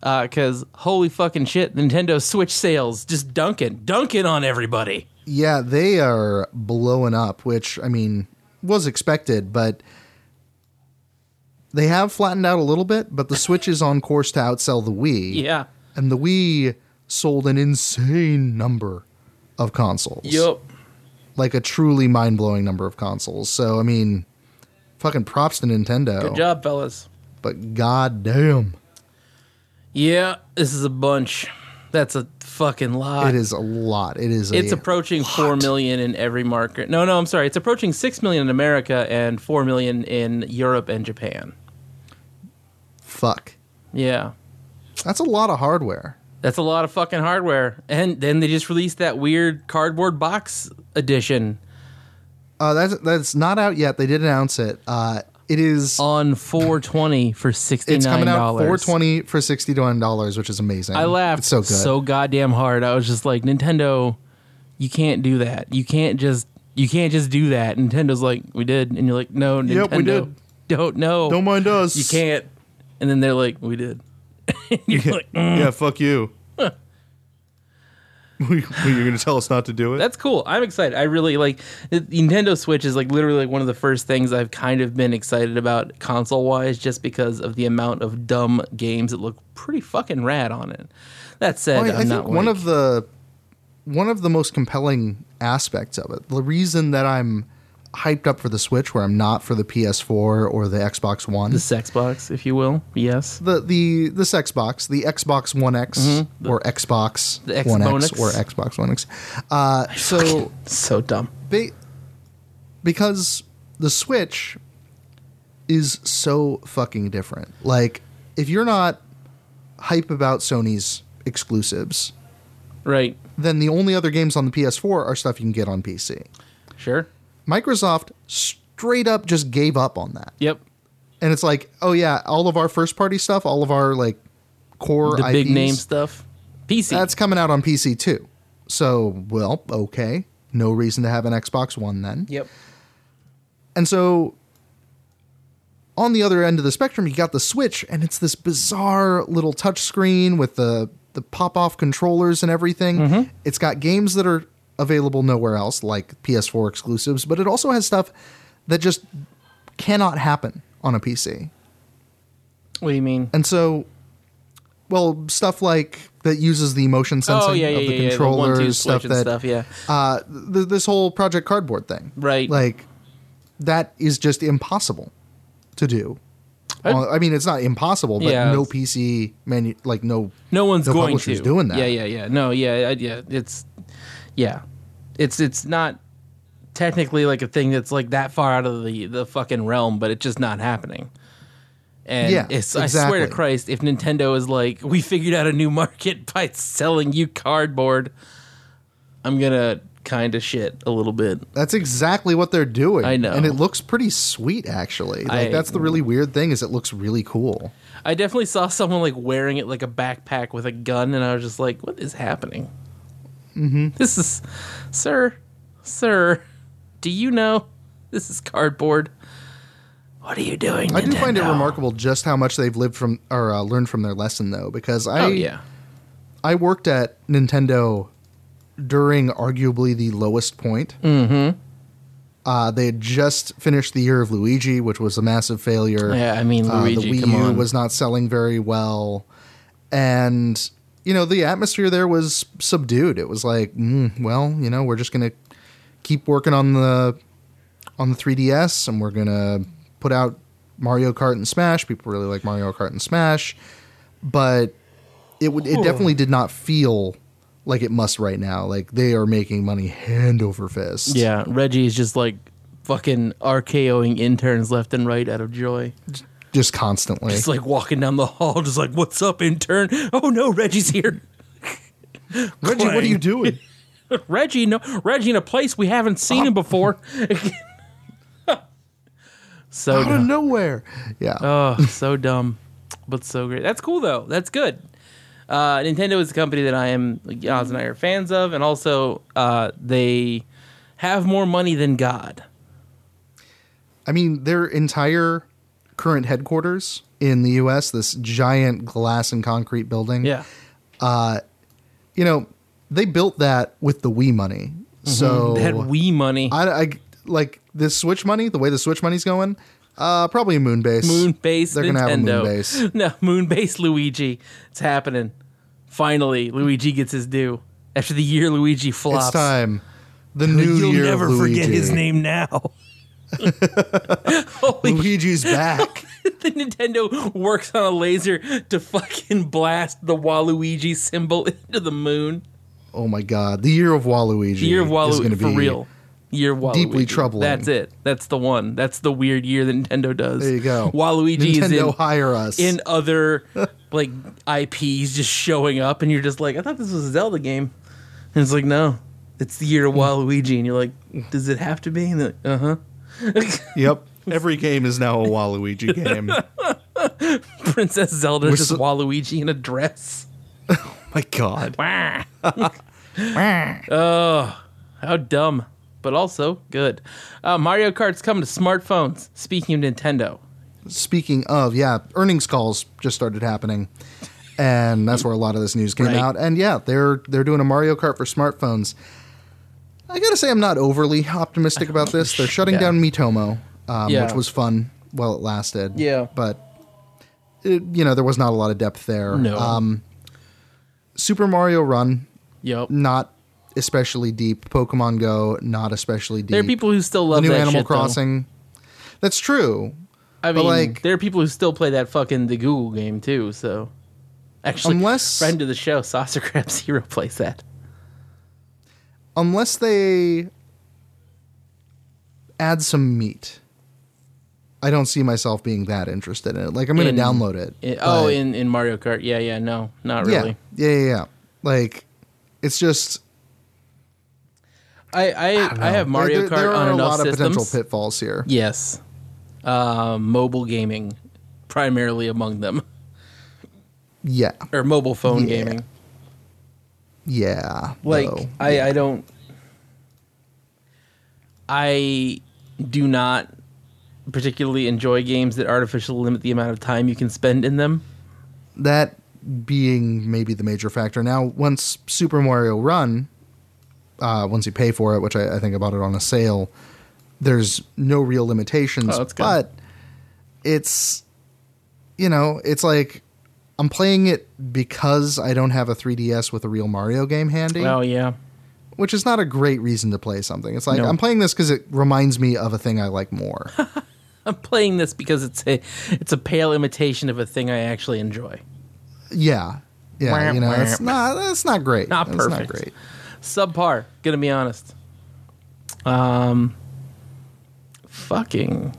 S2: because holy fucking shit, Nintendo Switch sales just dunking, dunking on everybody.
S1: Yeah, they are blowing up, which I mean was expected, but they have flattened out a little bit, but the Switch is on course to outsell the Wii.
S2: Yeah.
S1: And the Wii sold an insane number of consoles.
S2: Yup.
S1: Like a truly mind-blowing number of consoles. So I mean, fucking props to Nintendo.
S2: Good job, fellas.
S1: But goddamn,
S2: Yeah, this is a bunch. That's a fucking lot.
S1: it is a lot. It is
S2: Uh, It's
S1: a
S2: approaching four million in every market. No, no, I'm sorry. It's approaching six million in America and four million in Europe and Japan.
S1: fuck.
S2: Yeah,
S1: That's a lot of hardware.
S2: that's a lot of fucking hardware. And then they just released that weird cardboard box edition
S1: Uh, that's that's not out yet. They did announce it. Uh, it is.
S2: on 420 for sixty nine
S1: It's
S2: Oh, dollars.
S1: coming out four twenty for sixty one dollars, which is amazing.
S2: I laughed
S1: It's so good.
S2: so goddamn hard. I was just like, Nintendo, you can't do that. You can't just you can't just do that. Nintendo's like, we did, and you're like, no, Nintendo,
S1: Yep, we did.
S2: don't know,
S3: Don't mind us. (laughs)
S2: you can't. And then they're like, we did. And you're like, "Mm,
S3: Yeah, fuck
S2: (laughs)
S3: you. You're going to tell us not to do it?
S2: that's cool. I'm excited. I really like the Nintendo Switch is like literally like one of the first things I've kind of been excited about console wise, just because of the amount of dumb games that look pretty fucking rad on it. That said,
S1: Well, Oh, I, I
S2: I'm
S1: think
S2: not
S1: one
S2: like-
S1: of the one of the most compelling aspects of it. The reason that I'm hyped up for the Switch, where I'm not for the PS4 or the Xbox One,
S2: the sex box, if you will. Yes.
S1: the the this Xbox, the Xbox One X or Xbox
S2: Mm-hmm. The
S1: One X
S2: Xbonex.
S1: or Xbox One X. Uh, so
S2: So dumb.
S1: they because the Switch is so fucking different. Like if you're not hype about Sony's exclusives,
S2: Right.
S1: then the only other games on the PS4 are stuff you can get on PC.
S2: Sure.
S1: Microsoft straight up just gave up on that.
S2: Yep.
S1: And it's like, oh yeah, all of our first party stuff, all of our like core
S2: The big
S1: IPs,
S2: name stuff. PC.
S1: that's coming out on PC too. So, well, okay. No reason to have an Xbox One then.
S2: yep.
S1: And so on the other end of the spectrum, you got the Switch, and it's this bizarre little touchscreen with the, the pop off controllers and everything.
S2: Mm-hmm.
S1: It's got games that are available nowhere else, like PS4 exclusives, but it also has stuff that just cannot happen on a PC.
S2: What do you mean?
S1: And so, well, stuff like that uses the motion sensing
S2: oh yeah, yeah,
S1: of the
S2: yeah, yeah. The
S1: controllers,
S2: one, two
S1: stuff
S2: switch and
S1: that
S2: stuff. Yeah.
S1: uh, th- this whole Project Cardboard thing.
S2: Right.
S1: Like, that is just impossible to do on- I mean, it's not impossible, but
S2: Yeah.
S1: no PC manu- like no
S2: No one's
S1: No
S2: going to
S1: publisher's doing that.
S2: Yeah, yeah, yeah. No, yeah, I- yeah. It's yeah, it's it's not technically like a thing that's like that far out of the the fucking realm, but it's just not happening. And
S1: Yeah,
S2: it's, I swear
S1: exactly.
S2: to Christ, if Nintendo is like, we figured out a new (laughs) market by selling you cardboard, I'm gonna kind of shit a little bit.
S1: That's exactly what they're doing.
S2: I know.
S1: and it looks pretty sweet actually. Like
S2: I-
S1: that's the really weird thing is it looks really cool.
S2: I definitely saw someone like wearing it like a backpack with a gun, and I was just like, "What is happening?" Mm-hmm. This is, sir, sir, do you know this is cardboard? What are you doing?
S1: I do find it
S2: Nintendo?
S1: remarkable just how much they've lived from or uh, learned from their lesson though, because I
S2: Oh yeah,
S1: I worked at Nintendo during arguably the lowest point. Mm-hmm. Uh, they had just finished the year of Luigi, which was a massive failure.
S2: yeah. I mean,
S1: Uh,
S2: Luigi,
S1: the Wii
S2: come
S1: U
S2: on.
S1: was not selling very well, and you know the atmosphere there was subdued. It was like, mm, well, you know, we're just gonna keep working on the on the 3DS, and we're gonna put out Mario Kart and Smash. People really like Mario Kart and Smash, but it would it definitely did not feel like it must right now. Like they are making money hand over fist.
S2: yeah, Reggie is just like fucking RKOing interns left and right out of joy.
S1: just constantly.
S2: Just like walking down the hall, just like, "What's up, intern? Oh no, Reggie's here."
S1: Reggie, what are you
S2: (laughs)
S1: doing?
S2: Reggie, no, Reggie in a place we haven't seen
S1: Oh.
S2: him before.
S1: (laughs)
S2: so
S1: Out of
S2: dumb.
S1: nowhere. Yeah.
S2: Oh, so dumb, but so great. That's cool though. That's good. Uh, Nintendo is a company that I am like, Oz and I are fans of, and also uh, they have more money than God.
S1: I mean, their entire current headquarters in the U.S., this giant glass and concrete building.
S2: Yeah,
S1: You know, they built that with the Wii money. So
S2: Mm-hmm. they had Wii money,
S1: Oh. I, I- like this Switch money. The way the Switch money's going, uh, probably a moon base.
S2: moon base.
S1: They're
S2: Nintendo.
S1: gonna have a moon base.
S2: (laughs) No, moon base Luigi. It's happening. Finally, Luigi gets his due after the year Luigi flops.
S1: It's time.
S2: (laughs)
S1: The new
S2: You'll
S1: year.
S2: never
S1: of Luigi.
S2: forget his name (laughs) now. Holy
S1: Luigi's back.
S2: the Nintendo works on a laser to fucking blast the Waluigi symbol (laughs) into the moon.
S1: oh my God! The year of Waluigi.
S2: The year of
S1: is gonna
S2: Waluigi for
S1: be-
S2: real. Year of Waluigi.
S1: deeply troubling.
S2: That's it. That's the one. That's the weird year that Nintendo does.
S1: There you go.
S2: Waluigi
S1: Nintendo
S2: is in,
S1: hire us.
S2: in other (laughs) like IPs just showing up, and you're just like, I thought this was a Zelda game, and it's like, no, it's the year
S1: Hmm.
S2: of Waluigi, and you're like, does it have to be? And uh huh.
S3: Yep. Every game is now a
S2: (laughs)
S3: Waluigi game.
S2: (laughs) Princess Zelda is just
S1: so-
S2: Waluigi in a dress.
S3: My God.
S2: Wah. oh, how dumb, but also good. Uh, Mario Kart's coming to smartphones. Speaking of Nintendo,
S1: speaking of, yeah, earnings calls just started happening, and that's where a lot of this news came
S2: Right.
S1: out. And yeah, they're they're doing a Mario Kart for smartphones. I gotta say, I'm not overly optimistic about this. They're shutting
S2: Yeah.
S1: down Mitomo, um,
S2: Yeah.
S1: which was fun while it lasted.
S2: Yeah.
S1: but it, you know there was not a lot of depth there.
S2: No.
S1: Um, Super Mario Run,
S2: yep,
S1: not especially deep. Pokemon Go, not especially deep.
S2: there are people who still
S1: the
S2: love
S1: new
S2: that
S1: Animal
S2: shit, though.
S1: Crossing. That's true.
S2: I mean,
S1: like-
S2: there are people who still play that fucking the Google game too. So, actually,
S1: Unless-
S2: friend of the show, Saucer Crab (laughs) Zero plays that.
S1: unless they add some meat, I don't see myself being that interested in it. Like I'm going
S2: In-
S1: to download it.
S2: I- oh,
S1: but-
S2: in in Mario Kart, yeah, yeah, no, not
S1: yeah,
S2: really.
S1: yeah, yeah, yeah. Like it's just
S2: I I, I, have
S1: There-
S2: Mario
S1: there,
S2: Kart
S1: there
S2: on
S1: are a
S2: enough
S1: lot of potential
S2: systems.
S1: pitfalls here.
S2: Yes. Uh, mobile gaming, primarily among them,
S1: Yeah,
S2: or mobile phone
S1: Yeah.
S2: gaming.
S1: yeah.
S2: Like
S1: though.
S2: I, I don't. I do not particularly enjoy games that artificially limit the amount of time you can spend in them.
S1: that being maybe the major factor. Now, once Super Mario Run, uh, once you pay for it, which I, I think I bought it on a sale, there's no real limitations.
S2: Oh, that's good.
S1: But it's, you know, it's like I'm playing it because I don't have a 3DS with a real Mario game handy,
S2: Oh yeah.
S1: which is not a great reason to play something. It's like
S2: No. (laughs)
S1: I'm playing this because it reminds me of a thing I like more.
S2: (laughs) I'm playing this because it's a it's a pale imitation of a thing I actually enjoy.
S1: Yeah. Yeah,
S2: Wah,
S1: you know,
S2: wah.
S1: that's not that's not great.
S2: Not
S1: That's
S2: perfect.
S1: great.
S2: Subpar, gonna be honest. Um fucking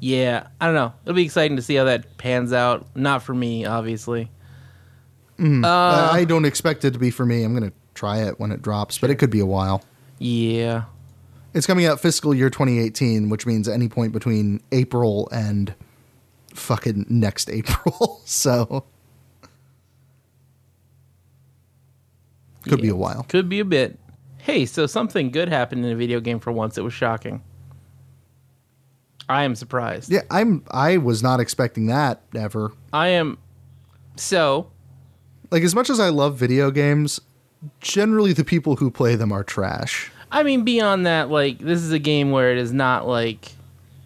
S2: Yeah, I don't know. It'll be exciting to see how that pans out. Not for me, obviously.
S1: I- I don't expect it to be for me. I'm going to try it when it drops, but it could be a while.
S2: Yeah.
S1: It's coming out fiscal year 2018, which means any point between April and fucking next (laughs) April. so could be a while.
S2: Could be a bit. Hey, so something good happened in a video game for once. It was shocking. I am surprised.
S1: Yeah, I'm I was not expecting that ever.
S2: I am so
S1: Like as much as I love video games, generally the people who play them are trash.
S2: I mean, beyond that, like this is a game where it is not like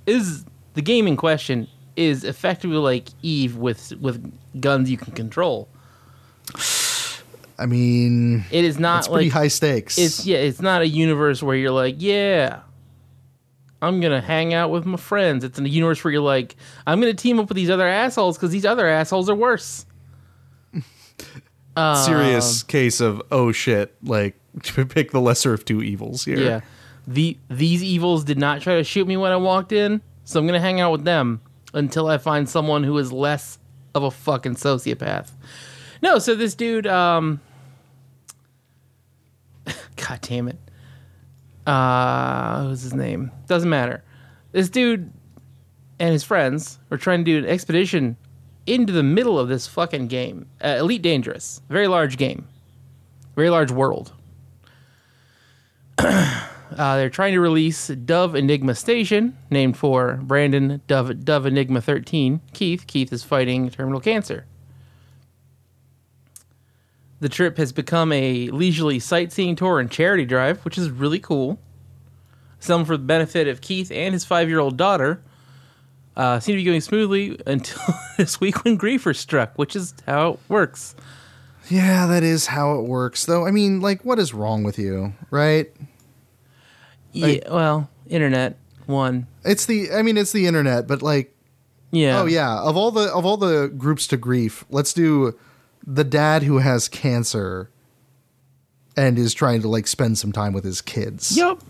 S2: is the game in question is effectively like Eve with with guns you can control.
S1: I mean,
S2: It is not
S1: it's pretty
S2: like
S1: high stakes.
S2: it's yeah, it's not a universe where you're like, yeah, I'm gonna hang out with my friends. It's in a universe where you're like, I'm gonna team up with these other assholes because these other assholes are worse.
S3: Serious case of oh shit, like (laughs) pick the lesser of two evils here.
S2: Yeah. The these evils did not try to shoot me when I walked in, so I'm gonna hang out with them until I find someone who is less of a fucking sociopath. No, so this dude, um (laughs) God damn it. Uh what's his name? Doesn't matter. This dude and his friends are trying to do an expedition into the middle of this fucking game. Uh, Elite Dangerous. Very large game. Very large world. Uh, they're trying to release Dove Enigma Station, named for Brandon Dove, Dove Enigma 13, Keith. Keith is fighting terminal cancer. The trip has become a leisurely sightseeing tour and charity drive, which is really cool. Some for the benefit of Keith and his five year old daughter. Uh, seem to be going smoothly until (laughs) this week when grief struck, which is how it works.
S1: yeah, that is how it works though. I mean, like what is wrong with you, right?
S2: yeah, well, internet, one.
S1: It's the I mean, it's the internet, but like
S2: Yeah.
S1: Oh yeah, of all the of all the groups to grief, let's do the dad who has cancer and is trying to like spend some time with his kids.
S2: Yup.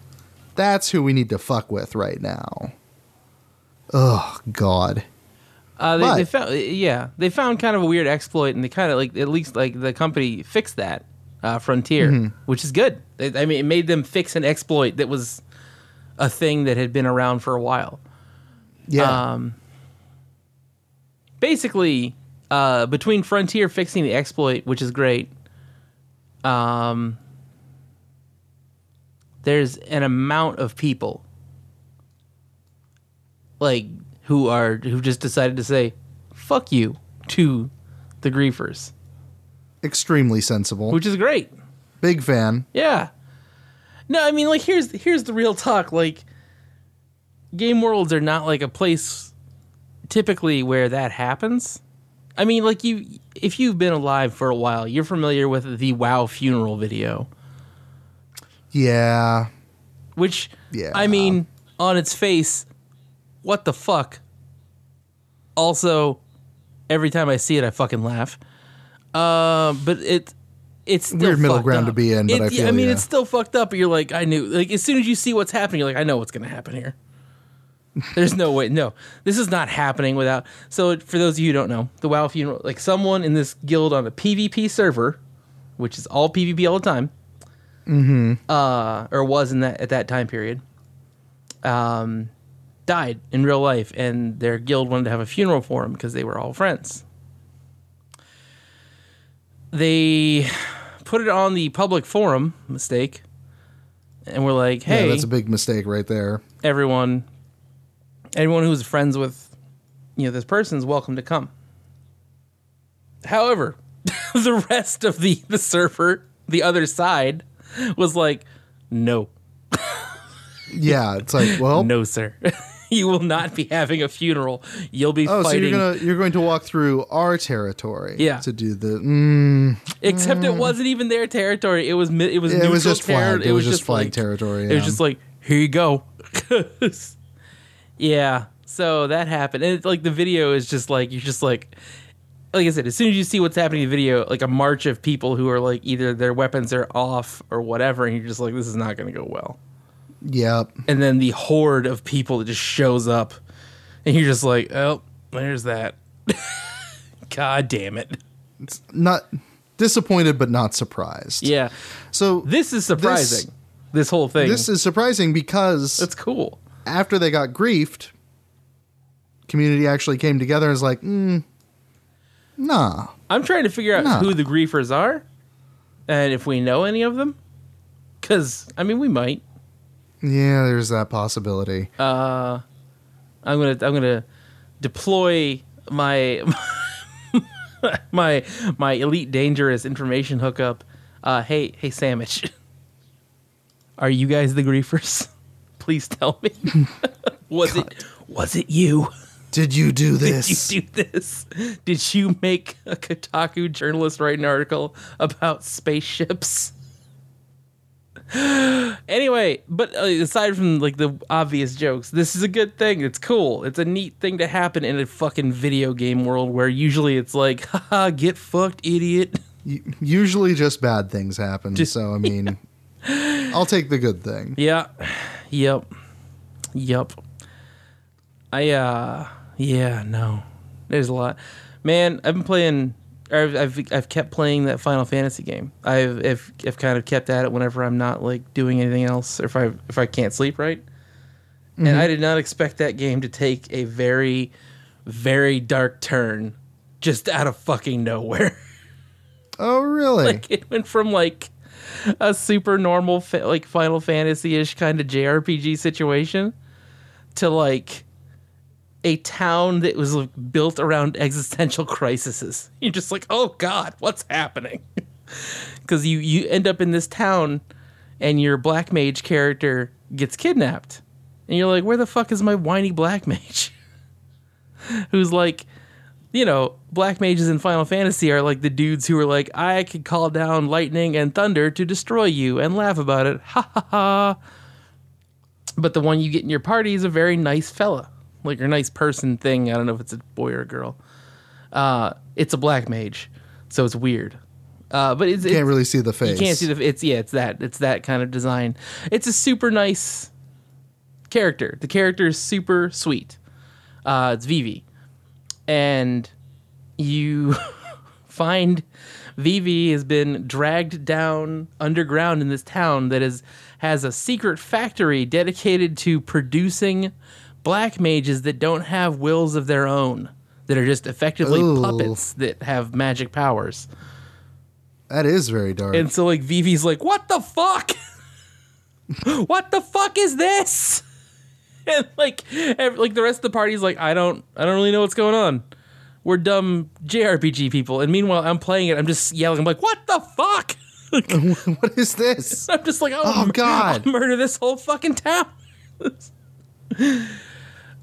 S1: That's who we need to fuck with right now. Oh god.
S2: Uh, they, they
S1: But-
S2: found, yeah, they found kind of a weird exploit, and they kind of like at least like the company fixed that uh, frontier, which is good. They, I mean, it made them fix an exploit that was a thing that had been around for a while. Uh,
S1: Yeah.
S2: Um, Basically, uh, between Frontier fixing the exploit, which is great, um, there's an amount of people like who are who just decided to say "fuck you" to the griefers.
S1: Extremely sensible.
S2: which is great.
S1: Big fan.
S2: Yeah. No, I mean like here's here's the real talk. Like game worlds are not like a place typically where that happens. I mean like you if you've been alive for a while, you're familiar with the wow funeral video,
S1: Yeah.
S2: which
S1: Yeah.
S2: I mean on its face, what the fuck? Also, every time I see it I fucking laugh. Uh, but it it's still
S1: Weird middle
S2: fucked
S1: ground to
S2: up.
S1: be in, but
S2: It-
S1: I
S2: yeah, I
S1: feel
S2: mean,
S1: ya.
S2: it's still fucked up. But you're like, I knew. Like as soon as you see what's happening, you're like, I know what's gonna
S1: (laughs)
S2: happen here. There's no way. No, this is not happening without. So for those of you who don't know, the WoW funeral, like someone in this guild on a PvP server, which is all PvP all the time, mm-hmm. uh, or was in that at that time period, um, died in real life, and their guild wanted to have a funeral for him because they were all friends. They put it on the public forum mistake, and we're like, "Hey,
S1: Yeah, that's a big mistake right there.
S2: everyone everyone who's friends with you know this person is welcome to come however (laughs) the rest of the the server the other side was like no
S1: Yeah, it's like, (laughs) well,
S2: no sir (laughs) you will not be having a funeral you'll be
S1: oh, so
S2: fighting
S1: you're going to you're going to walk through our territory
S2: Yeah.
S1: to do the mm,
S2: except it wasn't even their territory it was mi- it was
S1: it was
S2: neutral
S1: just
S2: terri-
S1: flagged. It was just flagged
S2: like-
S1: territory.
S2: It was
S1: yeah.
S2: just like, here you go. (laughs) Yeah. So that happened. And it's like the video is just like you're just like like I said, as soon as you see what's happening in the video, like a march of people who are like either their weapons are off or whatever, and you're just like, this is not gonna go well.
S1: Yep.
S2: And then the horde of people that just shows up and you're just like, Oh, there's that. (laughs) God damn it.
S1: Not disappointed, but not surprised.
S2: Yeah.
S1: So
S2: This is surprising. This, whole thing.
S1: this is surprising because
S2: That's cool.
S1: after they got griefed, community actually came together and was like, mm, nah.
S2: I'm trying to figure out
S1: Nah.
S2: who the griefers are and if we know any of them. Cause I mean we might.
S1: Yeah, there's that possibility.
S2: I'm gonna I'm gonna deploy my (laughs) my my elite dangerous information hookup. Uh, hey hey Samich, (laughs) are you guys the griefers? (laughs) Please tell me. (laughs) was it was it you?
S1: Did you do this?
S2: Did (laughs) you do this? Did you make a Kotaku journalist write an article about spaceships? (gasps) anyway, but uh, aside from like the obvious jokes, this is a good thing. It's cool. It's a neat thing to happen in a fucking video game world where usually it's like, haha, get fucked, idiot. (laughs)
S1: U- Usually just bad things happen. so, I mean, I'll take the good thing.
S2: Yeah. Yep. Yep. I uh yeah, no. There's a lot. Man, I've been playing or I've I've, I've kept playing that Final Fantasy game. I've I've, I've kind of kept at it whenever I'm not like doing anything else or if I if I can't sleep right. And I did not expect that game to take a very very dark turn just out of fucking nowhere.
S1: Oh, really?
S2: like it went from like a super normal fa- like final fantasy-ish kind of jrpg situation to like a town that was like, built around existential crises (laughs) you're just like oh god what's happening (laughs) because you you end up in this town and your black mage character gets kidnapped and you're like where the fuck is my whiny black mage (laughs) who's like you know, black mages in Final Fantasy are like the dudes who are like, I could call down lightning and thunder to destroy you and laugh about it. Ha ha ha. But the one you get in your party is a very nice fella, like your nice person thing. I don't know if it's a boy or a girl. Uh, it's a black mage, so it's weird. Uh, but it's,
S1: can't
S2: it's
S1: really see the face.
S2: you can't see the. It's yeah. It's that. It's that kind of design. It's a super nice character. The character is super sweet. Uh, it's Vivi, and you (laughs) find Vivi has been dragged down underground in this town that is has a secret factory dedicated to producing black mages that don't have wills of their own. That are just effectively
S1: Ooh.
S2: puppets that have magic powers.
S1: that is very dark.
S2: And so like Vivi's like, what the fuck? (laughs) what the fuck is this? (laughs) And like ev- like the rest of the party's like, I don't I don't really know what's going on. We're dumb JRPG people. And meanwhile I'm playing it, I'm just yelling, I'm like, what the fuck?
S1: what is this?
S2: I'm just like, oh,
S1: Oh,
S2: mur-
S1: God.
S2: I'll (laughs) murder this whole fucking town. (laughs)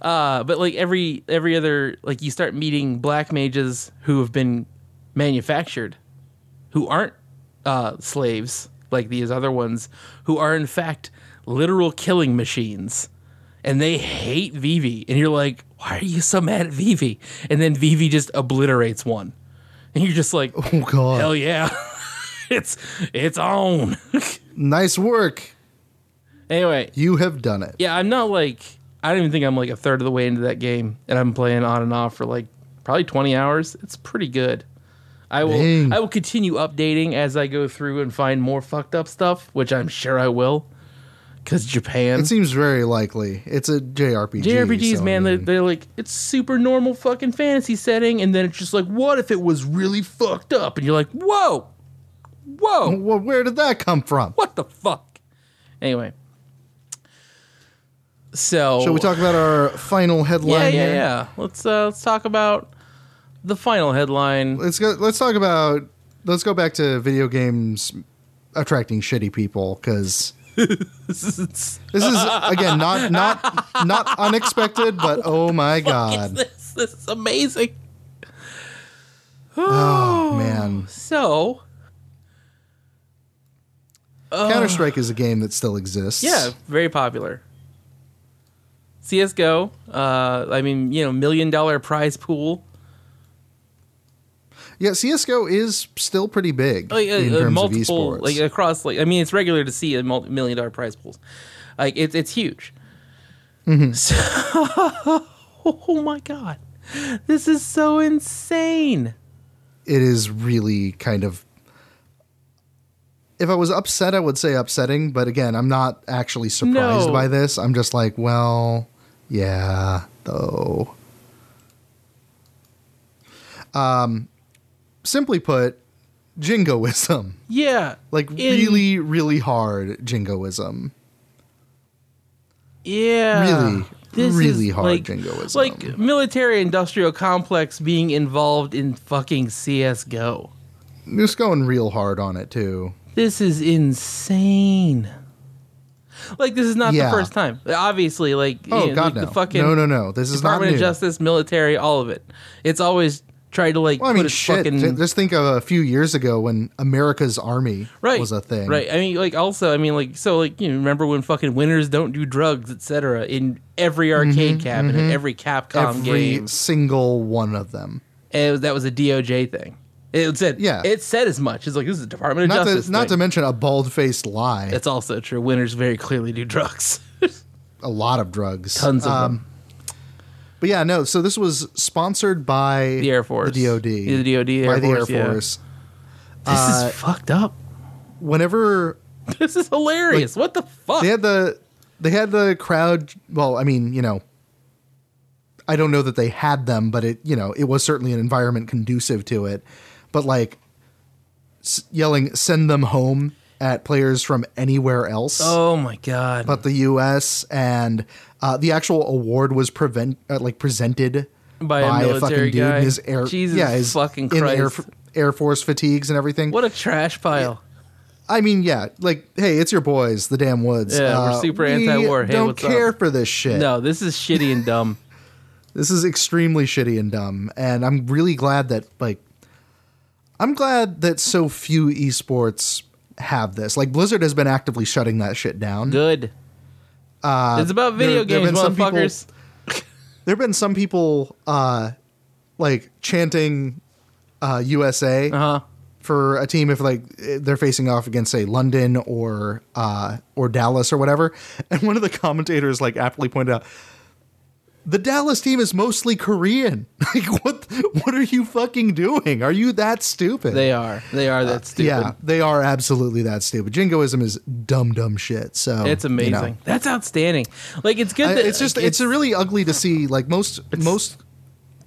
S2: uh, but like every every other like you start meeting black mages who have been manufactured, who aren't uh, slaves like these other ones, who are in fact literal killing machines. And they hate Vivi, and you're like, "Why are you so mad at Vivi?" And then Vivi just obliterates one, and you're just like,
S1: Oh god.
S2: (laughs) "Hell yeah, (laughs) it's it's on." (laughs)
S1: Nice work.
S2: Anyway,
S1: You have done it.
S2: yeah, I'm not like I don't even think I'm like a third of the way into that game, and I'm playing on and off for like probably 20 hours. It's pretty good. I will
S1: Dang.
S2: I will continue updating as I go through and find more fucked up stuff, which I'm sure I will, because Japan.
S1: It seems very likely. It's a JRPG.
S2: JRPGs,
S1: so, I
S2: man,
S1: mean,
S2: they're, they're like it's super normal fucking fantasy setting, and then it's just like, what if it was really fucked up? And you're like, whoa, whoa,
S1: well, where did that come from?
S2: what the fuck? Anyway, so
S1: Shall we talk about our final headline?
S2: Yeah, yeah,
S1: here?
S2: yeah. Let's uh, let's talk about the final headline.
S1: Let's go. Let's talk about. Let's go back to video games attracting shitty people because
S2: this
S1: (laughs) this is again not not not unexpected,
S2: (laughs)
S1: but oh my god,
S2: this is amazing.
S1: (sighs) oh man,
S2: So
S1: Counter Strike is a game that still exists.
S2: yeah, very popular. CS:GO. Uh, I mean, you know, million dollar prize pool.
S1: Yeah, CS:GO is still pretty big
S2: like, uh,
S1: in
S2: uh,
S1: terms
S2: multiple,
S1: of esports.
S2: like uh, across, like I mean, it's regular to see a multi- million dollar prize pools. Like it's it's huge.
S1: Mm-hmm.
S2: (laughs) So, (laughs) oh my god, this is so insane.
S1: it is really kind of. If I was upset, I would say upsetting. But again, I'm not actually surprised
S2: No.
S1: by this. I'm just like, well, yeah, though. Um, Um, simply put, jingoism.
S2: Yeah,
S1: Like
S2: In-
S1: really, really hard jingoism.
S2: yeah,
S1: really, really hard
S2: like,
S1: jingoism.
S2: Like military industrial complex being involved in fucking CS:GO.
S1: Just going real hard on it too.
S2: This is insane. Like this is not
S1: Yeah.
S2: the first time. Obviously, like
S1: Oh
S2: you know,
S1: God,
S2: the
S1: no!
S2: fucking
S1: no, no, no! This is not
S2: Department
S1: new.
S2: of Justice, military, all of it. It's always tried to like
S1: well, I
S2: put
S1: mean,
S2: its
S1: shit.
S2: fucking
S1: ju- Just think of a few years ago when America's Army
S2: right
S1: was a thing.
S2: Right. I mean, like also, I mean, like so, like you know, remember when fucking winners don't do drugs, etc. In every arcade cabinet, every Capcom
S1: Mm-hmm, Every
S2: game,
S1: single one of them.
S2: and it was, that was a DOJ thing. It said,
S1: Yeah.
S2: it said as much. It's like this is the Department of
S1: Not
S2: Justice.
S1: to, not to
S2: thing.
S1: mention a bald-faced lie.
S2: That's also true. Winners very clearly do drugs. (laughs)
S1: a lot of drugs.
S2: Tons of
S1: Um,
S2: them.
S1: But yeah, no. So this was sponsored by
S2: The Air Force.
S1: the DoD,
S2: The DoD,
S1: by
S2: Air Force,
S1: the
S2: yeah.
S1: Air Force.
S2: This
S1: uh,
S2: is fucked up. (laughs)
S1: Whenever
S2: This is hilarious. what the fuck?
S1: they had the they had the crowd well i mean you know i don't know that they had them but it you know it was certainly an environment conducive to it but like s- yelling send them home at players from anywhere else
S2: oh my god.
S1: but the us and uh, the actual award was prevent uh, like presented
S2: By a military guy?
S1: in his air
S2: Jesus
S1: yeah his
S2: fucking
S1: in air,
S2: Christ.
S1: f- air force fatigues and everything
S2: what a trash pile.
S1: I mean, yeah, like, hey, it's your boys, the damn woods. Uh,
S2: Yeah, we're super
S1: we
S2: anti-war. Hey,
S1: don't
S2: what's up?
S1: care for this shit.
S2: No, this is shitty
S1: (laughs)
S2: and dumb.
S1: Uh, This is extremely shitty and dumb, and I'm really glad that like, I'm glad that so few esports have this. Like, Blizzard has been actively shutting that shit down.
S2: Good. it's about
S1: there-
S2: video
S1: there have been some
S2: games,
S1: people-
S2: motherfuckers.
S1: There have been some people, uh, like chanting, uh, USA
S2: Uh huh.
S1: for a team if like they're facing off against say London or uh or Dallas or whatever. And one of the commentators like aptly pointed out the Dallas team is mostly Korean. (laughs) Like what what are you fucking doing? Are you that stupid?
S2: They are. They are that stupid.
S1: Uh, Yeah, they are absolutely that stupid. Jingoism is dumb dumb shit. So
S2: It's
S1: you know.
S2: amazing. That's outstanding. Like it's (laughs) good
S1: I-
S2: that
S1: it's just it's, really ugly to see like most most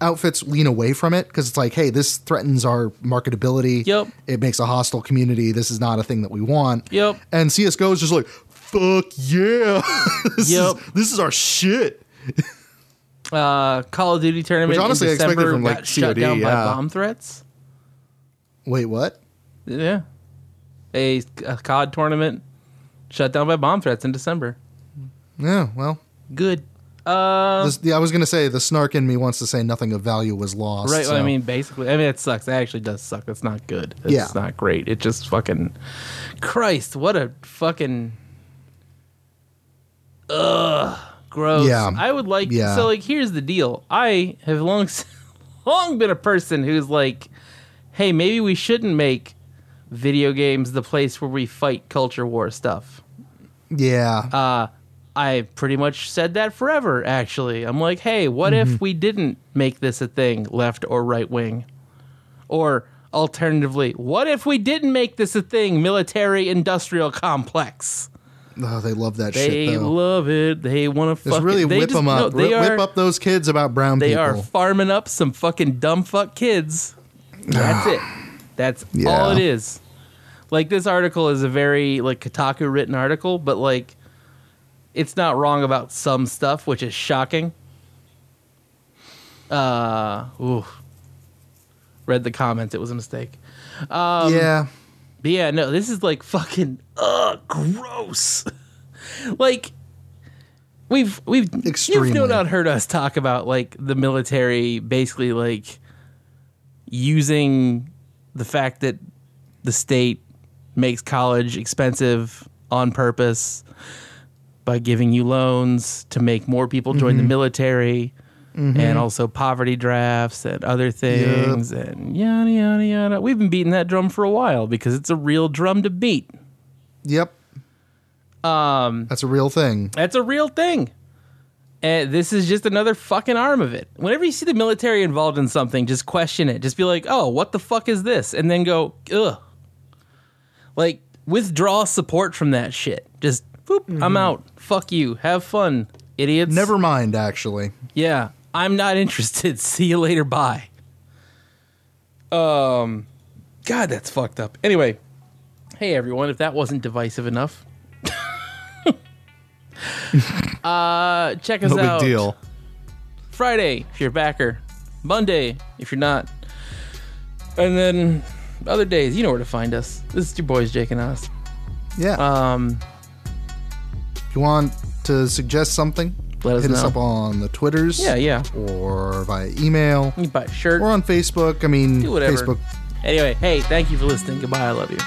S1: outfits lean away from it because it's like hey this threatens our marketability
S2: Yep.
S1: it makes a hostile community this is not a thing that we want
S2: Yep.
S1: and csgo is just like fuck yeah (laughs) this,
S2: Yep.
S1: is, this is our shit
S2: uh, Call of Duty tournament.
S1: Which honestly I
S2: in
S1: expected
S2: December
S1: from, like,
S2: got shut
S1: COD,
S2: down by
S1: yeah.
S2: bomb threats.
S1: wait what
S2: Yeah, a, a COD tournament shut down by bomb threats in December.
S1: yeah well
S2: Good. Uh,
S1: this, yeah, i was gonna say the snark in me wants to say nothing of value was lost
S2: Right. well, I
S1: so-
S2: mean, basically, I mean, it sucks. It actually does suck. That's not good. It's
S1: Yeah.
S2: not great. It just fucking. Christ, what a fucking. Ugh, gross.
S1: Yeah.
S2: I would like.
S1: Yeah.
S2: So, like, here's the deal. I have long, (laughs) s- long been a person who's like, hey, maybe we shouldn't make video games the place where we fight culture war stuff.
S1: yeah
S2: Uh, I pretty much said that forever, actually. I'm like, hey, what
S1: Mm-hmm.
S2: if we didn't make this a thing, left or right wing? Or alternatively, what if we didn't make this a thing, military industrial complex?
S1: oh, they love that
S2: They
S1: shit though
S2: love it. They want to
S1: just
S2: fucking
S1: really
S2: they
S1: whip
S2: just-
S1: them
S2: no,
S1: up
S2: they
S1: Whi-
S2: are,
S1: whip up those kids about brown
S2: They
S1: people
S2: are farming up some fucking dumb fuck kids. That's it. That's all
S1: (sighs) Yeah.
S2: it is. Like this article is a very like Kotaku written article, but like it's not wrong about some stuff, which is shocking. Uh, ooh. Read the comments. It was a mistake. um,
S1: yeah
S2: But yeah, no, this is like fucking ugh, gross. (laughs) like we've we've
S1: Extremely.
S2: you've no doubt heard us talk about like the military basically like using the fact that the state makes college expensive on purpose by giving you loans to make more people join the military and also poverty drafts and other things and yada, yada, yada. We've been beating that drum for a while because it's a real drum to beat.
S1: Yep. Um, that's a real thing.
S2: That's a real thing. And this is just another fucking arm of it. Whenever you see the military involved in something, just question it. Just be like, oh, what the fuck is this? And then go, ugh. Like, withdraw support from that shit. Just, boop, I'm out. Fuck you. Have fun, idiots.
S1: Never mind. Actually,
S2: Yeah, I'm not interested. (laughs) See you later. Bye. Um, God, that's fucked up. Anyway, hey everyone, if that wasn't divisive enough, (laughs) uh, check us
S3: No big
S2: out
S3: deal.
S2: Friday if you're a backer, Monday if you're not, and then other days you know where to find us. This is your boys Jake and us.
S1: yeah.
S2: Um,
S1: if you want to suggest something,
S2: Let us
S1: hit us
S2: know.
S1: up on the Twitters.
S2: yeah, yeah.
S1: Or via email
S2: You can buy a shirt.
S1: or on Facebook. I mean,
S2: Do whatever.
S1: Facebook
S2: Anyway, hey, thank you for listening. Goodbye. I love you.